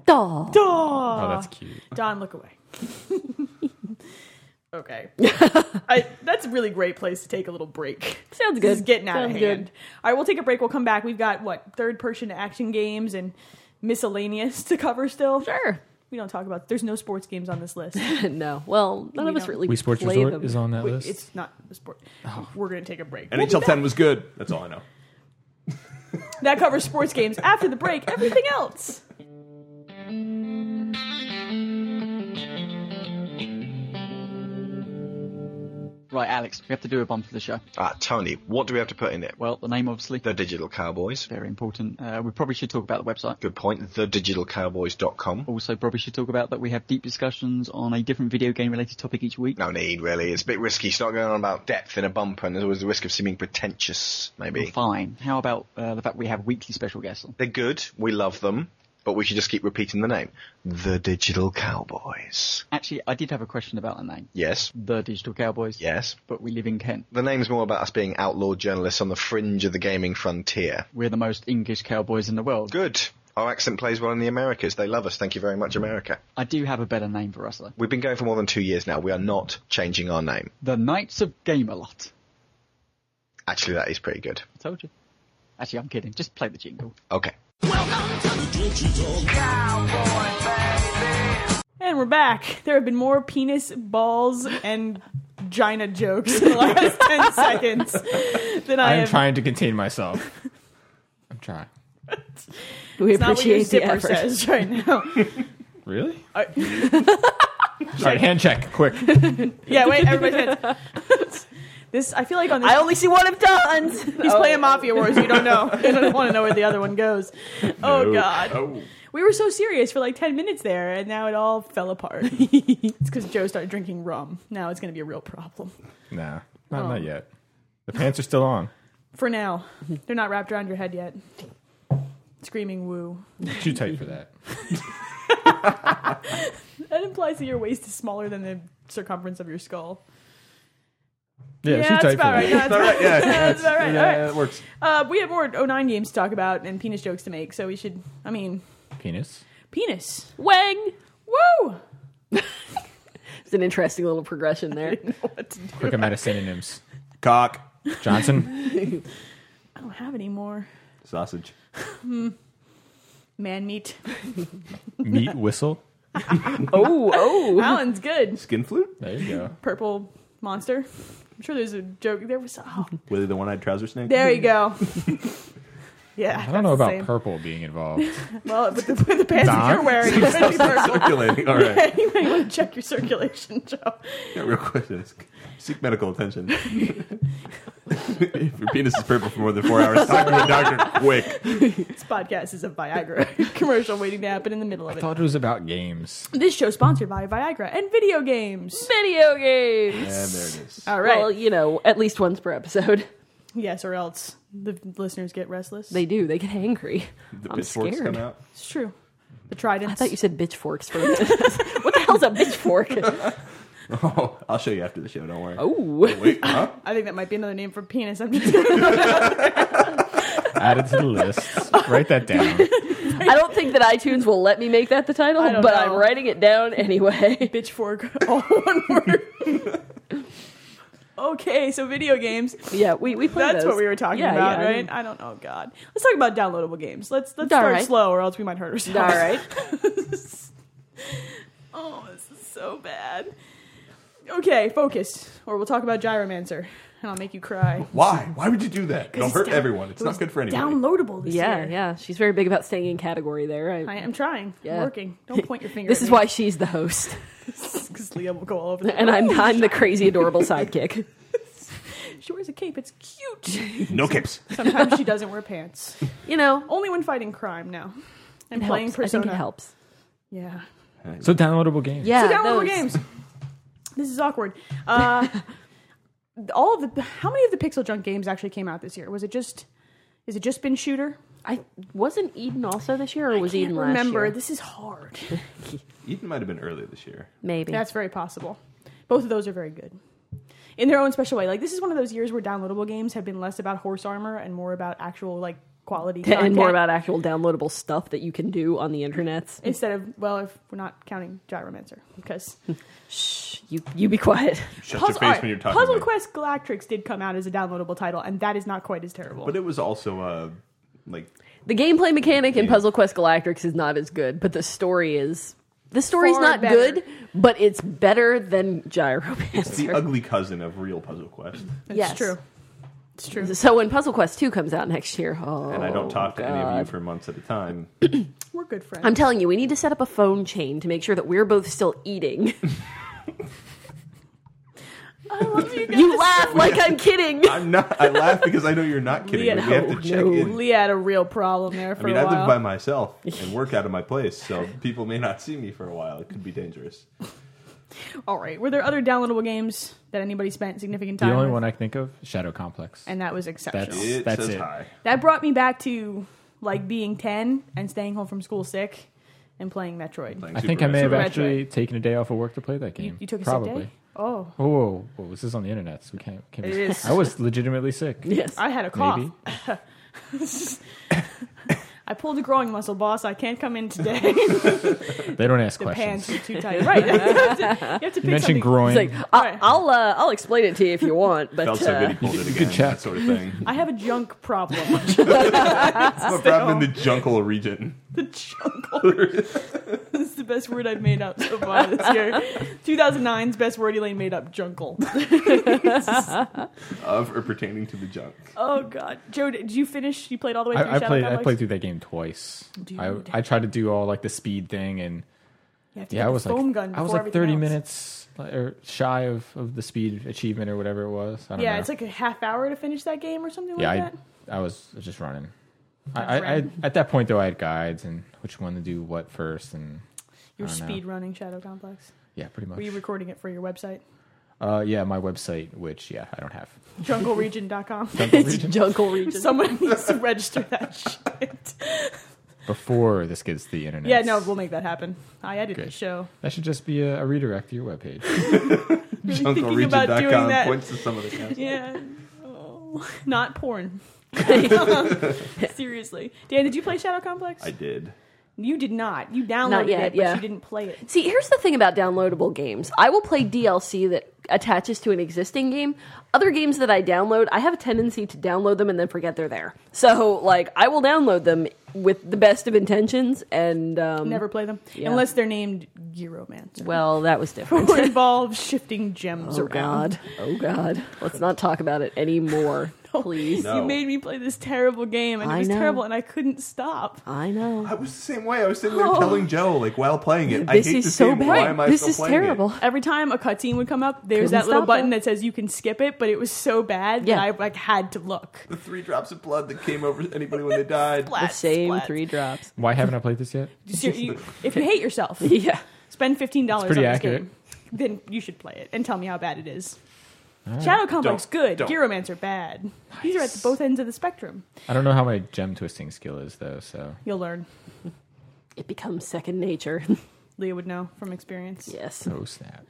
E: Duh.
C: Oh,
A: Dawn,
C: that's cute.
A: Don, look away. okay, I, that's a really great place to take a little break.
E: Sounds
A: This is
E: good.
A: getting out of
E: Sounds
A: hand.
E: good.
A: All right, we'll take a break. We'll come back. We've got what third-person action games and miscellaneous to cover still.
E: Sure.
A: We don't talk about. There's no sports games on this list.
E: no. Well, none
A: We
E: of us
A: don't.
E: really
C: We Sports
E: play
C: Resort
E: them.
C: is on that
A: Wait,
C: list. Oh.
A: it's not the sport. We're going to take a break.
D: NHL 10 was good. That's all I know.
A: That covers sports games. After the break, everything else.
G: Right, Alex, we have to do a bump for the show.
H: Ah, Tony, what do we have to put in it?
G: Well, the name obviously,
H: The Digital Cowboys.
G: very important. Uh, we probably should talk about the website.
H: Good point. TheDigitalCowboys.com.
G: Also, probably should talk about that we have deep discussions on a different video game related topic each week.
H: No need, really. It's a bit risky. Start going on about depth in a bumper, and there's always the risk of seeming pretentious, maybe.
G: Fine. How about uh, the fact we have weekly special guests on?
H: They're good. We love them. But we should just keep repeating the name. The Digital Cowboys.
G: Actually, I did have a question about that name.
H: Yes.
G: The Digital Cowboys.
H: Yes.
G: But we live in Kent.
H: The name's more about us being outlaw journalists on the fringe of the gaming frontier.
G: We're the most English cowboys in the world.
H: Good. Our accent plays well in the Americas. They love us. Thank you very much, America.
G: I do have a better name for us though.
H: We've been going for more than two years now. We are not changing our name.
G: The Knights of Gamelot.
H: Actually, that is pretty good.
G: I told you. Actually, I'm kidding. Just play the jingle.
H: Okay.
A: And we're back. There have been more penis, balls, and gina jokes in the last 10 seconds than I
C: I am
A: have.
C: trying to contain myself. I'm trying.
E: We
A: It's not what your
E: appreciate the
A: zipper
E: effort.
A: says right now.
C: Really?
A: I-
C: All right, hand check, quick.
A: Yeah, wait, everybody's hands. This, I feel like on this,
E: I Oh. only see one of Don's.
A: he's playing Mafia Wars. You don't know. You don't want to know where the other one goes. Oh, God.
D: Oh.
A: We were so serious for like 10 minutes there, and now it all fell apart. it's because Joe started drinking rum. Now it's going to be a real problem.
C: Nah,
A: Oh.
C: not, not yet. The pants are still on.
A: For now, they're not wrapped around your head yet. Screaming woo.
C: Too tight for that.
A: That implies that your waist is smaller than the circumference of your skull.
C: Yeah,
A: yeah, that's about right. Yeah, that's, about,
D: yeah,
A: that's about right. All right.
D: it works.
A: Uh, we have more 09 games to talk about and penis jokes to make, so we should, I mean,
C: Penis.
A: penis.
E: Wang.
A: Woo!
E: It's an interesting little progression there.
A: What to do?
C: Quick, I'm out of synonyms.
D: Cock.
C: Johnson.
A: I don't have any more.
D: Sausage.
A: Man meat.
C: Meat whistle.
E: oh, oh.
A: That one's good.
D: Skin flute?
C: There you go.
A: Purple monster. I'm sure there's a joke. There was, oh,
D: Willie the one-eyed trouser snake?
A: There you go. yeah.
C: I don't know about
A: same.
C: purple being involved.
A: Well, with the, with the pants that
C: Don?
A: you're wearing, it's gonna be purple.
D: Circulating. All right.
A: you may want to check your circulation, Joe.
D: Yeah, real questions. Seek medical attention. if your penis is purple for more than four hours, talk to a doctor quick.
A: This podcast is a Viagra commercial waiting to happen in the middle of
C: I
A: it.
C: thought it was about games.
A: This show sponsored by Viagra and video games.
E: Video games.
D: And there it is.
A: All right.
E: Well, you know, at least once per episode.
A: yes, or else the listeners get restless.
E: They do. They get angry.
D: The
E: I'm
D: pitchforks
E: scared.
D: come out.
A: it's true. The tridents.
E: I thought you said bitchforks for a minute. What the hell's a bitchfork?
D: Oh, I'll show you after the show. Don't worry.
E: Oh,
D: Wait, huh?
A: I think that might be another name for penis. I'm just
C: Add it to the list. Write that down.
E: I don't think that iTunes will let me make that the title,
A: I don't
E: but
A: know.
E: I'm writing it down anyway.
A: Bitchfork, all one word. okay, so video games.
E: yeah, we we play
A: That's
E: those.
A: what we were talking
E: Yeah,
A: about,
E: yeah, I
A: right? I,
E: mean-
A: don't know. God, let's talk about downloadable games. Let's let's
B: All
A: start
B: right.
A: slow, or else we might hurt ourselves.
E: All right.
A: Oh, this is so bad. Okay, focus, or we'll talk about Gyromancer, and I'll make you cry.
D: Why? Why would you do that? It'll
A: it's
D: hurt
A: down-
D: everyone. It's
A: it was
D: not good for anyone.
A: Downloadable this
E: Yeah,
A: year.
E: yeah. She's very big about staying in category there. I,
A: I am trying.
E: Yeah.
A: I'm working. Don't point your finger.
E: this
A: at
E: is
A: me.
E: why she's the host,
A: because Liam will go all over. The
E: and I'm I'm the crazy adorable sidekick.
A: She wears a cape. It's cute.
D: No kips.
A: Sometimes she doesn't wear pants.
E: You know,
A: Only when fighting crime now. And
E: it
A: playing
E: helps. I
A: Persona.
E: think it helps.
A: Yeah.
C: So downloadable games.
E: Yeah,
A: so downloadable
E: those.
A: games. This is awkward. Uh, all of the how many of the Pixel Junk games actually came out this year? Was it just? Is it just been shooter?
E: I wasn't Eden also this year, or was
A: Can't
E: Eden last
A: remember.
E: year?
A: This is hard.
D: Eden might have been earlier this year.
E: Maybe.
A: That's very possible. Both of those are very good. In their own special way. Like this is one of those years where downloadable games have been less about horse armor and more about actual like quality
E: and more
A: content.
E: about actual downloadable stuff that you can do on the internet.
A: instead of well if we're not counting gyromancer because
E: You you be quiet.
A: puzzle,
D: Shut your
A: all
D: face
A: right,
D: when you're talking.
A: puzzle
D: Mike.
A: quest galactrix did come out as a downloadable title and that is not quite as terrible
D: But it was also uh, like
E: The gameplay mechanic in
D: Yeah.
E: Puzzle Quest Galactrix is not as good, but the story is the story's
A: Far
E: not
A: better.
E: good, but it's better than
D: it's the
E: Gyromancer.
D: ugly cousin of real Puzzle Quest.
A: it's
E: yes.
A: true it's true
E: so when Puzzle Quest 2 comes out next year, oh,
D: And I don't talk to any of you
E: God.
D: for months at a time.
A: we're good friends
E: I'm telling you, we need to set up a phone chain to make sure that we're both still eating.
A: i love you guys
E: you laugh like I'm kidding.
D: I'm not. I laugh because I know you're not kidding.
A: Leah,
D: but we have to
E: no,
D: check
E: no.
D: in.
A: Lee had a real problem there
D: I
A: for
D: mean,
A: a
D: I
A: while
D: live by myself and work out of my place, so people may not see me for a while. It could be dangerous.
A: all right were there other downloadable games that anybody spent significant
C: The
A: time
C: only
A: with?
C: one I can think of, Shadow Complex.
A: and that was exceptional
C: That's-
D: It
C: That's
D: says
C: it.
D: hi.
A: that brought me back to like being 10 and staying home from school sick and playing metroid
D: Playing
C: I
D: Super
C: think I may have
D: Metroid.
C: actually taken a day off of work to play that game.
A: you, you took a
C: Probably.
A: sick day oh
C: Oh, whoa, whoa, this is on the internet, so we can't. can't
A: It
C: be,
A: is.
C: I was legitimately sick.
E: yes.
A: I had a cough.
C: Maybe.
A: I pulled a growing muscle, boss. I can't come in today.
C: They don't ask
A: the
C: questions.
A: pants are too tight. Right. you have to, you have to pick
C: You mentioned
A: something.
C: groin.
E: It's like I, I'll uh, I'll explain it to you if you want, but
D: Felt so good
E: uh,
D: he pulled it again.
C: check.
D: That sort of thing.
A: I have a junk problem.
D: I'm a problem in the Jungle region.
A: the jungle. this is the best word I've made up so far this year. 2009's best word Elaine made up, jungle.
D: of or pertaining to the junk.
A: Oh, God. Joe, did you finish? You played all the way through
C: I, I
A: Shadow
C: played. I
A: Complex?
C: played through that game twice. I,
A: Dude.
C: I tried to do all like the speed thing, and
A: You have to
C: yeah,
A: get
C: I
A: the
C: was
A: foam
C: like,
A: gun
C: I was
A: before
C: like
A: everything
C: thirty
A: else.
C: minutes like, or shy of, of the speed achievement or whatever it was. I don't
A: Yeah,
C: know.
A: it's like a half hour to finish that game or something
C: yeah,
A: like
C: I,
A: that.
C: I was just running. I, I, I
A: Ran.
C: at that point though, I had guides and which one to do what first, and
A: You were
C: don't know.
A: speed running Shadow Complex.
C: yeah, pretty much.
A: Were you recording it for your website?
C: uh, yeah, my website, which yeah, I don't have.
A: JungleRegion.com.
E: uh, it's Jungle Region.
A: Someone needs to register that shit.
C: Before this gets to the internet.
A: Yeah, no, we'll make that happen. I edit the
C: Good.
A: show.
C: That should just be a, a redirect to your webpage.
A: Really thinking about doing
D: Junkleregion.com
A: that.
D: points to some of the cast.
A: Yeah. Oh, not porn. Seriously. Dan, did you play Shadow Complex?
D: I did.
A: you did not. You downloaded
E: Not yet,
A: it, but
E: yeah.
A: you didn't play it.
E: See, here's the thing about downloadable games. I will play DLC that attaches to an existing game. Other games that I download, I have a tendency to download them and then forget they're there. So, like, I will download them with the best of intentions, and um,
A: Never play them.
E: Yeah.
A: Unless they're named Gyromancer.
E: Well, that was different.
A: Or involve shifting gems
E: oh
A: around.
E: God! Oh God! Let's not talk about it anymore, please.
D: No.
A: You made me play this terrible game, and
E: I
A: it was
E: know.
A: terrible, and I couldn't stop.
E: I know.
D: I was the same way. I was sitting there telling Joe, like, while playing it, I
E: This
D: hate
E: is
D: this
E: so
D: game.
E: bad.
D: Why am I
E: this
D: still
E: is
D: playing it?
E: terrible.
A: Every time a cutscene would come up, there's
E: Couldn't
A: that little
E: stop
A: button
E: it.
A: that says you can skip it, but it was so bad
E: Yeah.
A: that I like had to look.
D: The three drops of blood that came over anybody when they died.
E: The
A: Splat,
E: same
A: splat.
E: three drops.
C: Why haven't I played this yet?
A: So you- if you hate yourself,
E: Yeah.
A: spend fifteen dollars on
C: pretty
A: this
C: accurate.
A: game, then you should play it and tell me how bad it is. Shadow Complex
D: Don't.
A: good,
D: Don't.
A: Geromancer bad. These are at the both ends of the spectrum.
C: I don't know how my gem twisting skill is though. So
A: You'll learn.
E: It becomes second nature.
A: Leah would know from experience.
E: yes.
C: oh snap.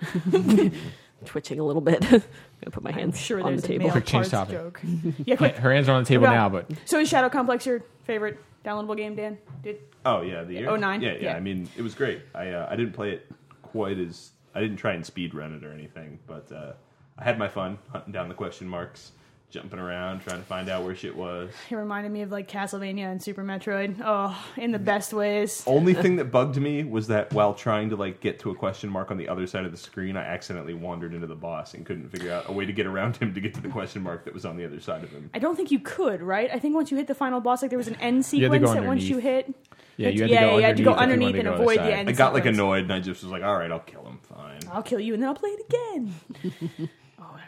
E: twitching a little bit. I'm gonna put my
A: I'm
E: hands
A: sure
E: on the
A: there's a
E: table.
A: mail
C: Quick change
A: cards
C: topic.
A: joke. yeah, quick.
C: Her hands are on the table
A: Okay.
C: now, but
A: So is Shadow Complex your favorite downloadable game, Dan? Did
D: Oh yeah, the year.
A: oh, nine?
D: Yeah, yeah,
A: Yeah.
D: I mean, it was great. I uh, I didn't play it quite as I didn't try and speed run it or anything, but uh, I had my fun hunting down the question marks, jumping around, trying to find out where shit was.
A: it reminded me of like Castlevania and Super Metroid. Oh, in the best ways.
D: Only thing that bugged me was that while trying to like get to a question mark on the other side of the screen, I accidentally wandered into the boss and couldn't figure out a way to get around him to get to the question mark that was on the other side of him.
A: I don't think you could, right? I think once you hit the final boss, like there was an end
C: had to go
A: sequence that once
C: underneath.
A: you hit,
C: yeah, you had
A: yeah,
C: to go
A: yeah, you had to go
C: underneath, if you wanted
A: underneath
C: to
A: and
C: go
A: avoid the
C: outside.
A: end.
D: I got like
A: sequence.
D: annoyed and I just was like, "All right, I'll kill him. Fine."
A: I'll kill you and then I'll play it again.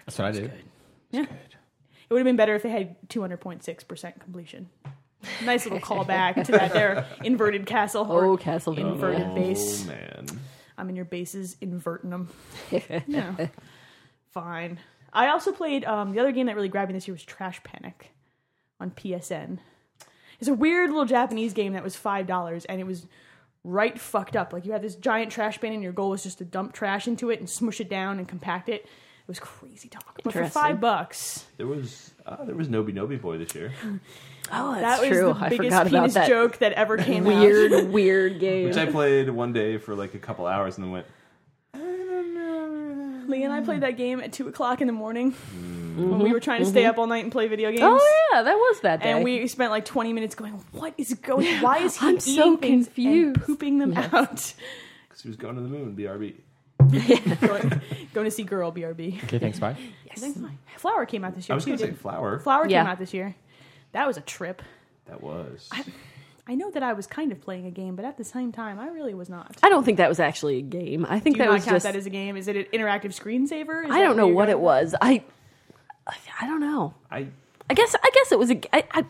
C: That's what I did.
A: It would have been better if they had 200.6% completion. Nice little callback to that there inverted castle. or
E: Oh, Castlevania.
A: Inverted
D: Oh
A: base.
D: man,
A: I'm in your bases, inverting them. yeah. Fine. I also played um, the other game that really grabbed me this year was Trash Panic on PSN. It's a weird little Japanese game that was $5 and it was right fucked up. Like you had this giant trash bin and your goal was just to dump trash into it and smush it down and compact it. It was crazy talk. But for
E: Interesting.
A: 5 bucks,
D: there was uh, there was Nobi Nobi Boy this year.
E: Oh, that's
A: That was
E: true.
A: the
E: I
A: biggest
E: forgot about
A: penis
E: that
A: joke that ever came out.
E: weird, weird game.
D: which I played one day for like a couple hours and then went.
A: Lee and I played that game at two o'clock in the morning when we were trying to stay up all night and play video games.
E: Mm-hmm. Oh yeah, that was that day.
A: And we spent like twenty minutes going, "What is going? Why is he
E: I'm
A: eating
E: so
A: things
E: confused."
A: and pooping them out?
D: Because he was going to the moon, BRB.
A: going, going to see Girl BRB.
C: Okay, thanks. Bye.
A: I think my- Flower came out this year.
D: I was
A: too,
D: going to say
A: didn't-
D: flower.
A: Flower
E: Yeah.
A: came out this year. That was a trip.
D: That was.
A: I know that I was kind of playing a game, but at the same time, I really was not.
E: I don't think that was actually a game. I think
A: Do you
E: that
A: not
E: was
A: count
E: just.
A: that as a game? Is it an interactive screensaver? Is
E: I
A: that
E: don't know
A: you're
E: what
A: going
E: it
A: for?
E: was. I, I don't know.
D: I,
E: I guess. I guess it was a. I. I,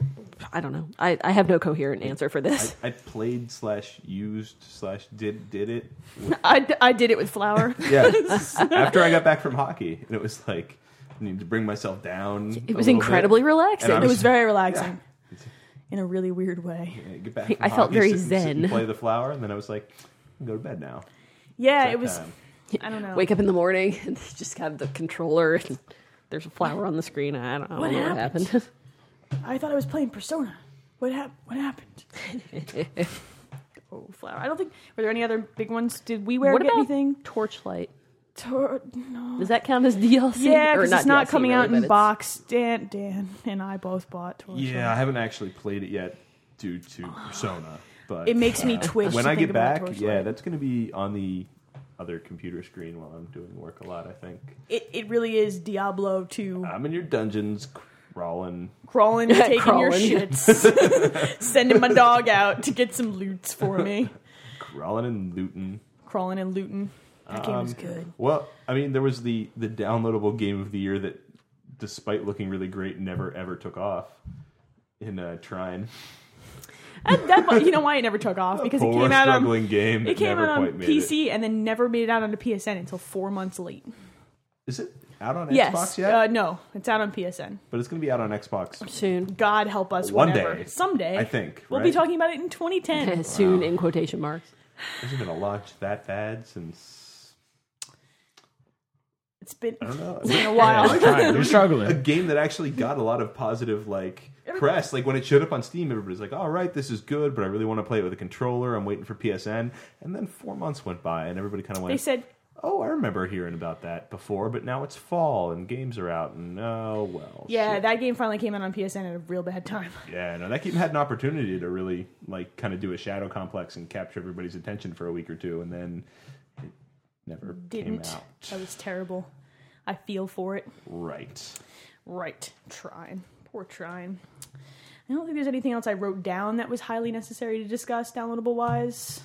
E: I don't know. I, I have no coherent answer for
D: I
E: this.
D: I played slash used slash did did it.
A: I, d- I did it with Flower.
D: Yeah. After I got back from hockey, and it was like I need to bring myself down. a
E: It was
D: little
E: incredibly
D: bit.
E: relaxing.
D: And I
A: It
D: was-
A: was very relaxing in a really weird way.
D: Yeah, Get back. From
E: I felt
D: hockey,
E: very
D: sit and- sit and
E: zen.
D: play the flower, and then I was like, go to bed now.
A: Yeah,
D: That
A: it was.
D: time.
A: I don't know.
E: Wake up in the morning and just have the controller. and There's a flower on the screen. I don't know what, happened.
A: I thought I was playing Persona. What happened? What happened? oh, flower. I don't think. Were there any other big ones? Did we wear
E: What
A: get
E: about-
A: anything?
E: Torchlight.
A: Tor- no.
E: Does that count as DLC?
A: Yeah,
E: Or
A: because it's not
E: DLC,
A: coming
E: really,
A: out
E: but
A: in
E: it's-
A: box. Dan, Dan, and I both bought. Torchlight.
D: Yeah, I haven't actually played it yet due to Persona, but
A: It makes me twitch.
D: when
A: to
D: I
A: think
D: get
A: about
D: back,
A: Torchlight.
D: yeah, that's going to be on the other computer screen while I'm doing work a lot. I think
A: it, it really is Diablo to
D: I'm in your dungeons crawling.
A: crawling, taking your
E: Crawling.
A: shits, sending my dog out to get some loots for me,
D: crawling and looting.
A: crawling and looting. That
D: Um,
A: game is good.
D: Well, I mean, there was the the downloadable game of the year that, despite looking really great, never ever took off. In uh, trying,
A: That, that mu- you know why it never took off because it
D: poor
A: came out on
D: struggling game. that
A: it came
D: never
A: out on
D: quite made It.
A: PC and then never made it out onto PSN until four months late.
D: Is it out on Xbox
A: yes,
D: yet?
A: uh, no, it's out on PSN.
D: but it's going to be out on Xbox
E: Soon.
A: God help us.
D: One
A: whenever.
D: day.
A: someday,
D: I think,
A: we'll be
D: right?
A: talking about it in 2010.
E: Soon in quotation marks.
D: Hasn't been a launch that bad since
A: It's been
D: I don't know.
A: it's been a while.
C: Trying. You're
D: a
C: struggling.
D: game that actually got a lot of positive like press. Like when it showed up on Steam, everybody's like, "All right, this is good," but I really want to play it with a controller. I'm waiting for PSN, and then four months went by, and everybody kind of went.
A: they said
D: "Oh, I remember hearing about that before, but now it's fall and games are out." And oh well,
A: Yeah,
D: shit.
A: that game finally came out on PSN at a real bad time.
D: yeah. No, that game had an opportunity to really like kind of do a shadow complex and capture everybody's attention for a week or two, and then it never
A: Didn't.
D: came out.
A: That was terrible. I feel for it.
D: Right.
A: Right. Trine. Poor Trine. I don't think there's anything else I wrote down that was highly necessary to discuss downloadable wise.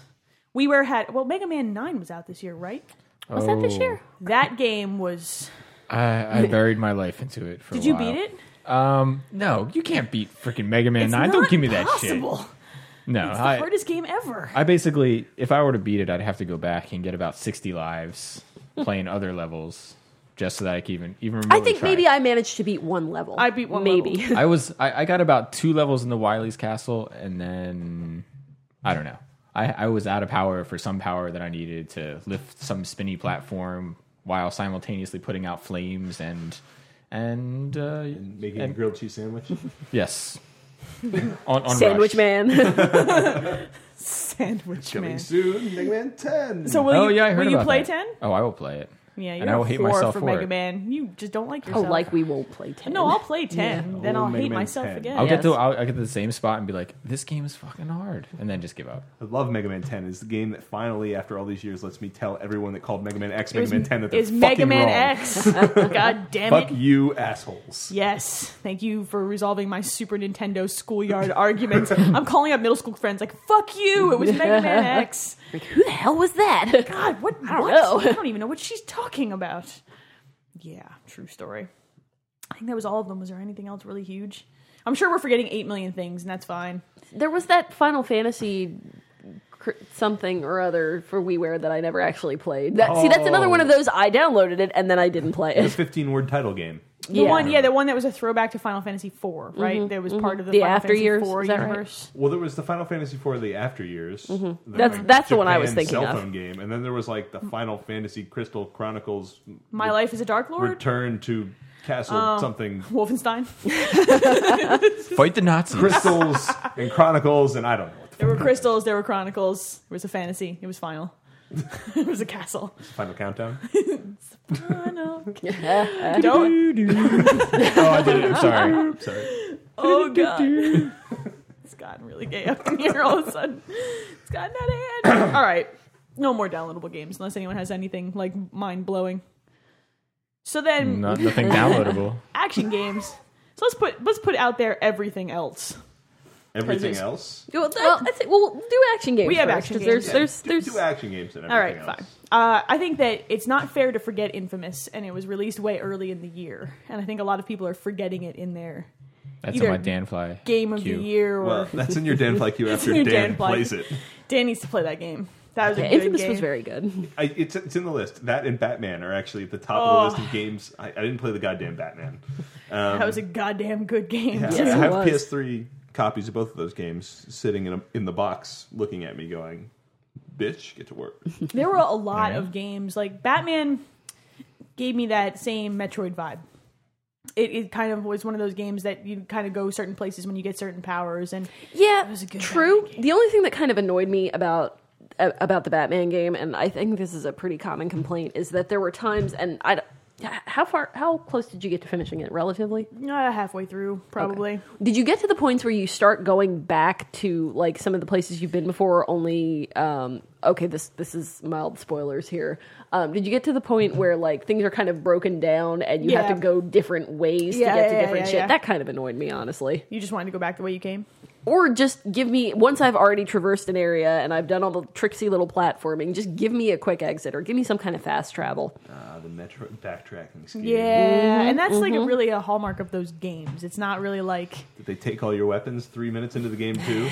A: We were had well, Mega Man Nine was out this year, right? Oh.
C: Was that this year?
A: That game was.
C: I, I buried my life into it. For
A: Did
C: a
A: you
C: while.
A: beat it?
C: Um, no, you can't beat freaking Mega Man
A: It's
C: Nine.
A: not
C: Don't give me
A: possible.
C: that shit. No,
A: It's the
C: I,
A: hardest game ever.
C: I basically, if I were to beat it, I'd have to go back and get about sixty lives playing other levels, just so that I can even even.
E: I
C: remotely
E: think
C: try.
E: maybe I managed to beat one level.
A: I beat one
E: Maybe.
A: level.
C: I was I, I got about two levels in the Wily's castle, and then I don't know. I, I was out of power for some power that I needed to lift some spinny platform while simultaneously putting out flames and and, uh,
D: Making a
C: And-
D: grilled cheese sandwich.
C: yes, on, on
E: Sandwich
C: rush.
E: Man.
A: Sandwich
D: Coming
A: man.
D: soon, Mega Man 10.
A: So will
C: oh
A: you,
C: yeah, I heard
A: will you
C: about
A: play
C: that.
A: ten?
C: Oh, I will play it.
A: Yeah,
C: And
A: you're
C: I will
A: a
C: hate
A: four
C: myself
A: for
C: for
A: Mega
C: it.
A: Man. You just don't like
E: oh,
A: yourself.
E: like we won't play 10.
A: no, I'll play ten. Then
D: Oh,
A: I'll
D: Mega
A: hate
D: Man
A: myself
D: 10.
A: again.
C: I'll
E: Yes.
C: get to I'll, I'll get to the same spot and be like, this game is fucking hard, and then just give up.
D: I love Mega Man 10. It's the game that finally, after all these years, lets me tell everyone that called Mega Man X Mega
A: Is-
D: Man 10 that they're
A: is
D: fucking
A: Mega Man
D: wrong.
A: X. God damn
D: Fuck
A: it.
D: you, assholes.
A: Yes, thank you for resolving my Super Nintendo schoolyard arguments. I'm calling up middle school friends like, "Fuck you! It was Mega Man X."
E: Like, who the hell was that?
A: God, what? I
E: don't
A: what?
E: know.
A: I don't even know what she's talking about. Yeah, true story. I think that was all of them. Was there anything else really huge? I'm sure we're forgetting eight million things, and that's fine.
E: There was that Final Fantasy cr- something or other for WiiWare that I never actually played. That, See, that's another
C: Oh.
E: one of those I downloaded it and then I didn't play
D: The
E: it.
D: 15 word title game.
A: The one, yeah, the one that was a throwback to Final Fantasy IV, right? That was part of the,
E: Mm-hmm, The
A: Final
E: after
A: Fantasy
E: years,
A: IV
E: is that right?
A: universe.
D: Well, there was the Final Fantasy IV of the After Years. The,
E: That's-
D: like,
E: that's the one I was
D: Japan
E: thinking
D: cell
E: of.
D: phone game, and then there was like the Final Fantasy Crystal Chronicles
A: My Life as a Dark Lord,
D: Return to Castle something
A: Wolfenstein.
C: Fight the Nazis.
D: Crystals and Chronicles, and I don't know what the
A: There were crystals. There were chronicles. It was a fantasy. It was final. it was a castle.
D: f- Final Countdown.
A: Final. Don't.
C: oh, I did it. I'm sorry.
D: Sorry,
A: Oh god. it's gotten really gay up in here all of a sudden. It's gotten out of hand. all right. No more downloadable games unless anyone has anything like mind blowing. So then,
C: Not, nothing downloadable.
A: action games. So let's put let's put out there everything else.
D: everything else.
E: Well, that- I think- well, do action games.
A: We have
E: first,
A: action
E: 'cause
A: games,
E: There's, there's,
D: Do-
E: there's,
D: do action games and everything
A: All right,
D: else.
A: fine. Uh, I think that it's not fair to forget Infamous, and it was released way early in the year, and I think a lot of people are forgetting it in their
C: That's
A: Either
C: on my Danfly
A: game of
C: queue.
A: the year or
D: Well, that's in your Danfly queue after
A: in your
D: Dan,
A: Dan fly.
D: plays it.
A: Dan needs to play that game. That was a
E: yeah,
A: good
E: Infamous
A: game.
E: was very good.
D: I, it's it's in the list. That and Batman are actually at the top
A: Oh.
D: of the list of games. I, I didn't play the goddamn Batman. Um,
A: that was a goddamn good game.
D: Yeah,
E: Yes,
D: I
E: it
D: have
E: was.
D: PS3 copies of both of those games sitting in a, in the box, looking at me, going, "Bitch, get to work."
A: There were a lot
C: Yeah.
A: of games like Batman gave me that same Metroid vibe. It, it kind of was one of those games that you kind of go certain places when you get certain powers, and
E: Yeah,
A: was a good
E: true.
A: Batman
E: The only thing that kind of annoyed me about a- about the Batman game, and I think this is a pretty common complaint, is that there were times, and I d- how far, how close did you get to finishing it? Relatively,
A: uh, halfway through probably.
E: did you get to the points where you start going back to like some of the places you've been before? Only, um, okay, this this is mild spoilers here. Um, did you get to the point where like things are kind of broken down and you have
A: Yeah.
E: to go different ways
A: Yeah, yeah,
E: to get to
A: yeah, yeah,
E: different shit?
A: yeah.
E: That kind of annoyed me, honestly.
A: You just wanted to go back the way you came.
E: or just give me once I've already traversed an area and I've done all the tricksy little platforming, just give me a quick exit or give me some kind of fast travel.
D: Ah, the Metro backtracking scheme.
A: Yeah, and that's like a, really a hallmark of those games. It's not really like
D: Did they take all your weapons three minutes into the game too?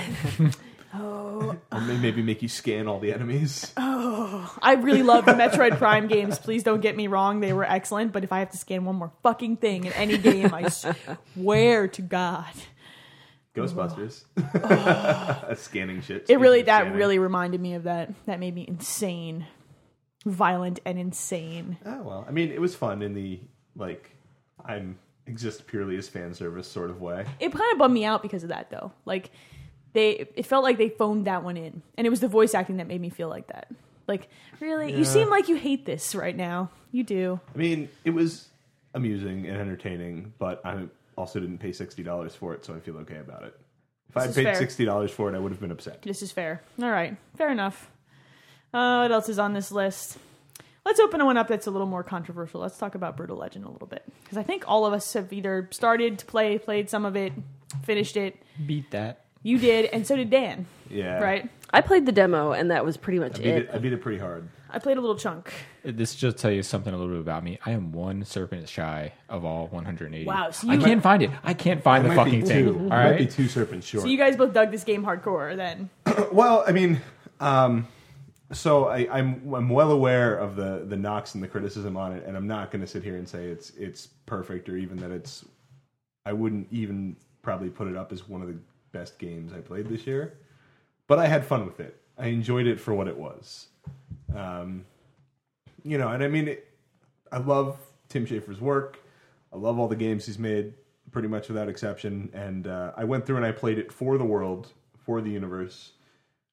D: oh, or may- maybe make you scan all the enemies.
A: I really love the Metroid Prime games. Please don't get me wrong; they were excellent. But if I have to scan one more fucking thing in any game, I swear to God,
D: Ghostbusters, scanning shit.
A: Oh. it really
D: Speaking of
A: that
D: scanning.
A: really reminded me of that. That made me insane, violent, and insane.
D: Oh well, I mean, it was fun in the like I'm exist purely as fan service sort of way.
A: It kind of bummed me out because of that, though. Like they, it felt like they phoned that one in, and it was the voice acting that made me feel like that. Like really,
D: Yeah.
A: you seem like you hate this right now. You do.
D: I mean, it was amusing and entertaining, but I also didn't pay sixty dollars for it, so I feel okay about it. If I
A: This is
D: had paid
A: fair.
D: sixty dollars for it, I would have been upset.
A: This is fair. All right, fair enough. Uh, what else is on this list? Let's open one up that's a little more controversial. Let's talk about Brutal Legend a little bit because I think all of us have either started to play, played some of it, finished it.
C: Beat that.
A: You did, and so did Dan,
D: Yeah,
A: right?
E: I played the demo and that was pretty much it.
D: I beat it. I beat it pretty hard.
A: I played a little chunk.
C: This should tell you something a little bit about me. I am one serpent shy of all 180.
A: Wow, so
C: I
A: you-
C: can't find it. I can't find the
D: Might
C: fucking
D: be
C: thing.
D: two.
C: All
D: Might be
C: right.
D: two serpents short.
A: So you guys both dug this game hardcore. Then
D: Well, I mean, um, so I, I'm I'm well aware of the the knocks and the criticism on it, and I'm not going to sit here and say it's it's perfect or even that it's. I wouldn't even probably put it up as one of the best games I played this year, but I had fun with it. I enjoyed it for what it was, um, you know. And I mean, it, I love Tim Schafer's work. I love all the games he's made, pretty much without exception. And uh, I went through and I played it for the world, for the universe,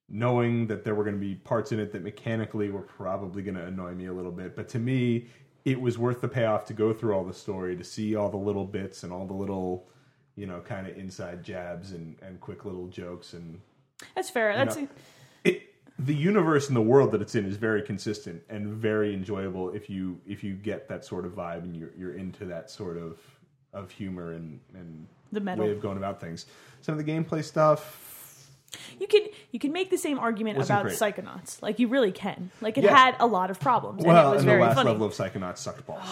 D: knowing that there were going to be parts in it that mechanically were probably going to annoy me a little bit. But to me, it was worth the payoff to go through all the story, to see all the little bits and all the little, you know, kind of inside jabs and, and quick little jokes and
A: That's fair. That's
D: know, it, the universe and the world that it's in is very consistent and very enjoyable if you if you get that sort of vibe and you're you're into that sort of of humor and and
A: The metal.
D: way of going about things. Some of the gameplay stuff,
A: you can you can make the same argument
D: Wasn't
A: about
D: great.
A: Psychonauts. Like you really can. Like it
D: Yeah.
A: had a lot of problems and
D: well,
A: it was
D: and the
A: very
D: last
A: funny.
D: level of Psychonauts sucked balls.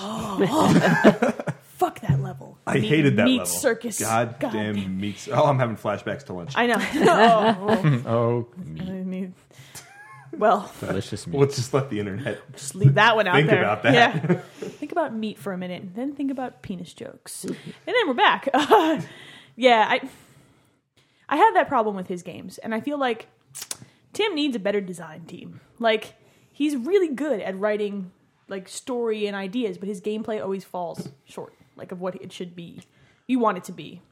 A: Fuck that level.
D: I hated that
A: meat
D: level.
A: circus.
D: God,
A: God
D: damn meat. Oh, I'm having flashbacks to lunch.
A: I know. oh,
C: Oh,
A: I
C: meat.
A: mean, well,
C: delicious meat.
D: Let's just let the internet.
A: just leave that one out
D: Think
A: there.
D: about that.
A: Yeah. think about meat for a minute, and then think about penis jokes, and then we're back. Uh, yeah, I I have that problem with his games, and I feel like Tim needs a better design team. Like he's really good at writing like story and ideas, but his gameplay always falls short, like of what it should be. You want it to be.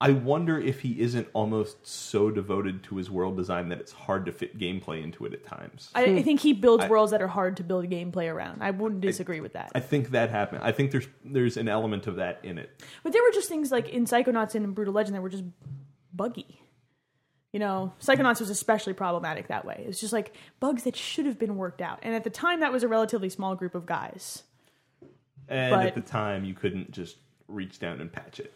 D: I wonder if he isn't almost so devoted to his world design that it's hard to fit gameplay into it at times.
A: I, I think he builds worlds that are hard to build gameplay around. I wouldn't disagree with that.
D: I think that happened. I think there's there's an element of that in it.
A: But there were just things like in Psychonauts and in Brutal Legend that were just buggy. You know, Psychonauts was especially problematic that way. It's just like bugs that should have been worked out. And at the time, that was a relatively small group of guys.
D: And
A: But-
D: at the time, you couldn't just reach down and patch it.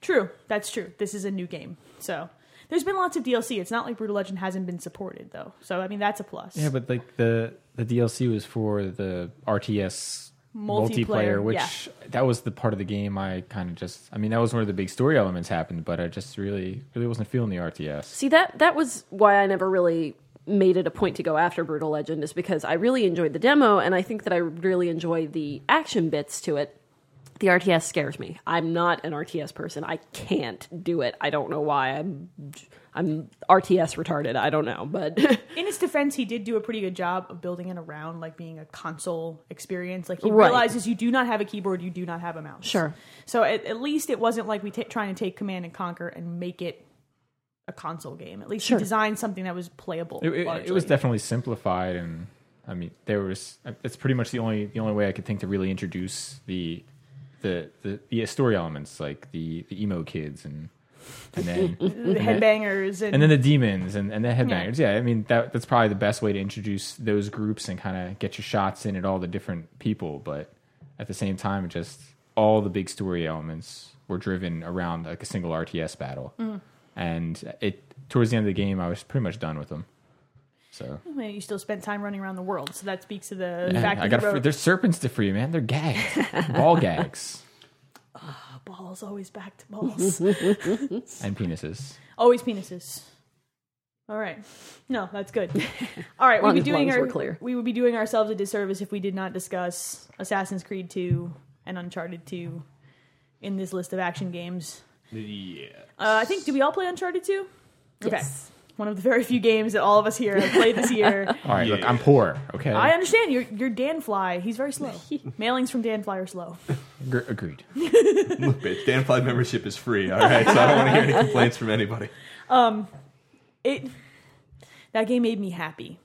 A: True, that's true. This is a new game. So there's been lots of DLC. It's not like Brutal Legend hasn't been supported, though. So, I mean, that's a plus.
C: Yeah, but like the the DLC was for the RTS multiplayer,
A: Multiplayer,
C: which that was the part of the game I kind of just. I mean, that was where the big story elements happened, but I just really really wasn't feeling the RTS.
E: See that that was why I never really made it a point to go after Brutal Legend is because I really enjoyed the demo and I think that I really enjoy the action bits to it. The RTS scares me. I'm not an RTS person. I can't do it. I don't know why. I'm I'm RTS retarded. I don't know, but
A: in his defense, he did do a pretty good job of building it around like being a console experience. Like he
E: Right.
A: realizes you do not have a keyboard, you do not have a mouse.
E: Sure.
A: So at, at least it wasn't like we ta trying to take Command and Conquer and make it a console game. At least
E: Sure.
A: he designed something that was playable.
C: It, it- it
A: largely.
C: was definitely simplified, and I mean, there was. uh, That's pretty much the only the only way I could think to really introduce the the the, the story elements, like the the emo kids and and then.
A: the headbangers and,
C: And then the demons and, and the headbangers. Yeah, I mean that that's probably the best way to introduce those groups and kind of get your shots in at all the different people. But at the same time, just all the big story elements were driven around like a single RTS battle. And it towards the end of the game, I was pretty much done with them. So
A: Well, oh you still spent time running around the world. So that speaks to the
C: Yeah,
A: fact
C: I
A: that
C: got
A: he wrote,
C: there's serpents to free, man. They're gags, ball gags,
A: balls always back to balls,
C: and penises.
A: always penises. All right, no, that's good. All right,
E: Long
A: we'd be
E: as-
A: doing
E: long as
A: our
E: we're clear.
A: we would be doing ourselves a disservice if we did not discuss Assassin's Creed 2 and Uncharted 2 in this list of action games.
D: Yeah.
A: Uh, I think did we all play Uncharted 2?
E: Yes.
A: Okay. One of the very few games that all of us here have played this year.
C: All right, look, I'm poor. Okay,
A: I understand you're, you're Dan Fly. He's very slow. Mailings from Dan Fly are slow.
C: Gr- agreed.
D: Look, bitch, Dan Fly membership is free, all right? So I don't want to hear any complaints from anybody.
A: it that game made me happy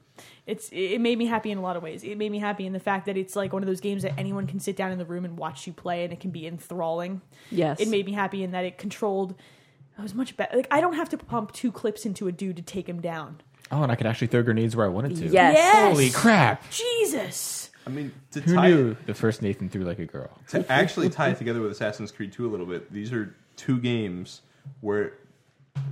A: it's it made me happy in a lot of ways it made me happy in the fact that it's like one of those games that anyone can sit down in the room and watch you play and it can be enthralling
E: yes.
A: it made me happy in that it controlled I was much better. Like I don't have to pump two clips into a dude to take him down.
C: Oh, and I could actually throw grenades where I wanted to.
E: Yes.
A: Yes.
C: Holy crap!
A: Jesus.
D: I mean, to
C: Who
D: tie
C: knew the first Nathan threw like a girl?
D: to actually tie it together with Assassin's Creed 2 a little bit, these are two games where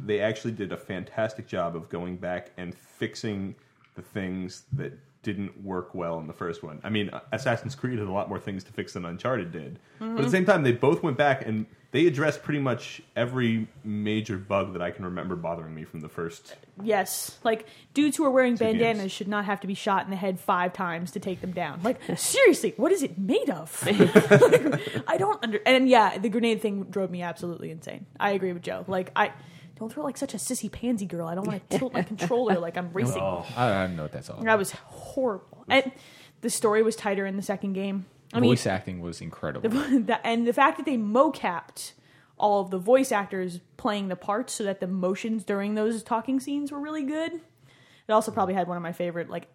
D: they actually did a fantastic job of going back and fixing the things that didn't work well in the first one. I mean, Assassin's Creed had a lot more things to fix than Uncharted did. But
A: Mm-hmm.
D: at the same time, they both went back and they addressed pretty much every major bug that I can remember bothering me from the first.
A: Yes. Like dudes who are wearing bandanas
D: games.
A: should not have to be shot in the head five times to take them down. Like seriously, what is it made of? I don't under and yeah, the grenade thing drove me absolutely insane. I agree with Joe. Like I don't throw like such a sissy pansy girl. I don't want to tilt my controller like I'm racing.
C: I, I don't know what that's all.
A: That
C: About.
A: was horrible. And The story was tighter in the second game. I mean,
C: Voice acting was incredible.
A: the, and the fact that they mocapped all of the voice actors playing the parts so that the motions during those talking scenes were really good. It also probably had one of my favorite like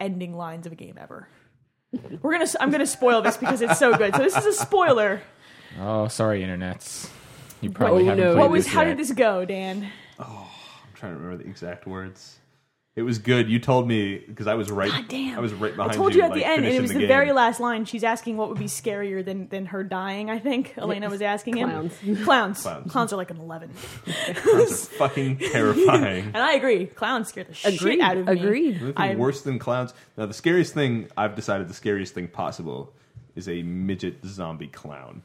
A: ending lines of a game ever. We're gonna. I'm gonna spoil this because it's so good. So this is a spoiler.
C: oh, sorry, internets. You probably
E: Oh,
C: haven't
E: no.
C: played
A: What was?
C: this
A: How
C: yet.
A: did this go, Dan?
D: I'm trying to remember the exact words. It was good. You told me because I was right.
A: God damn.
D: I was right behind
A: I told you at
D: like,
A: the end, and it
D: finishing
A: was the,
D: the,
A: very
D: game.
A: last line. She's asking what would be scarier than than her dying. I think Elena was asking him. Clowns. Clowns.
D: Clowns.
A: Clowns are like an eleven.
D: Clowns are fucking terrifying.
A: And I agree. Clowns scared the shit
E: Agreed.
A: out of me.
B: Agreed.
D: Nothing
A: I'm-
D: worse than clowns. Now, the scariest thing I've decided the scariest thing possible is a midget zombie clown.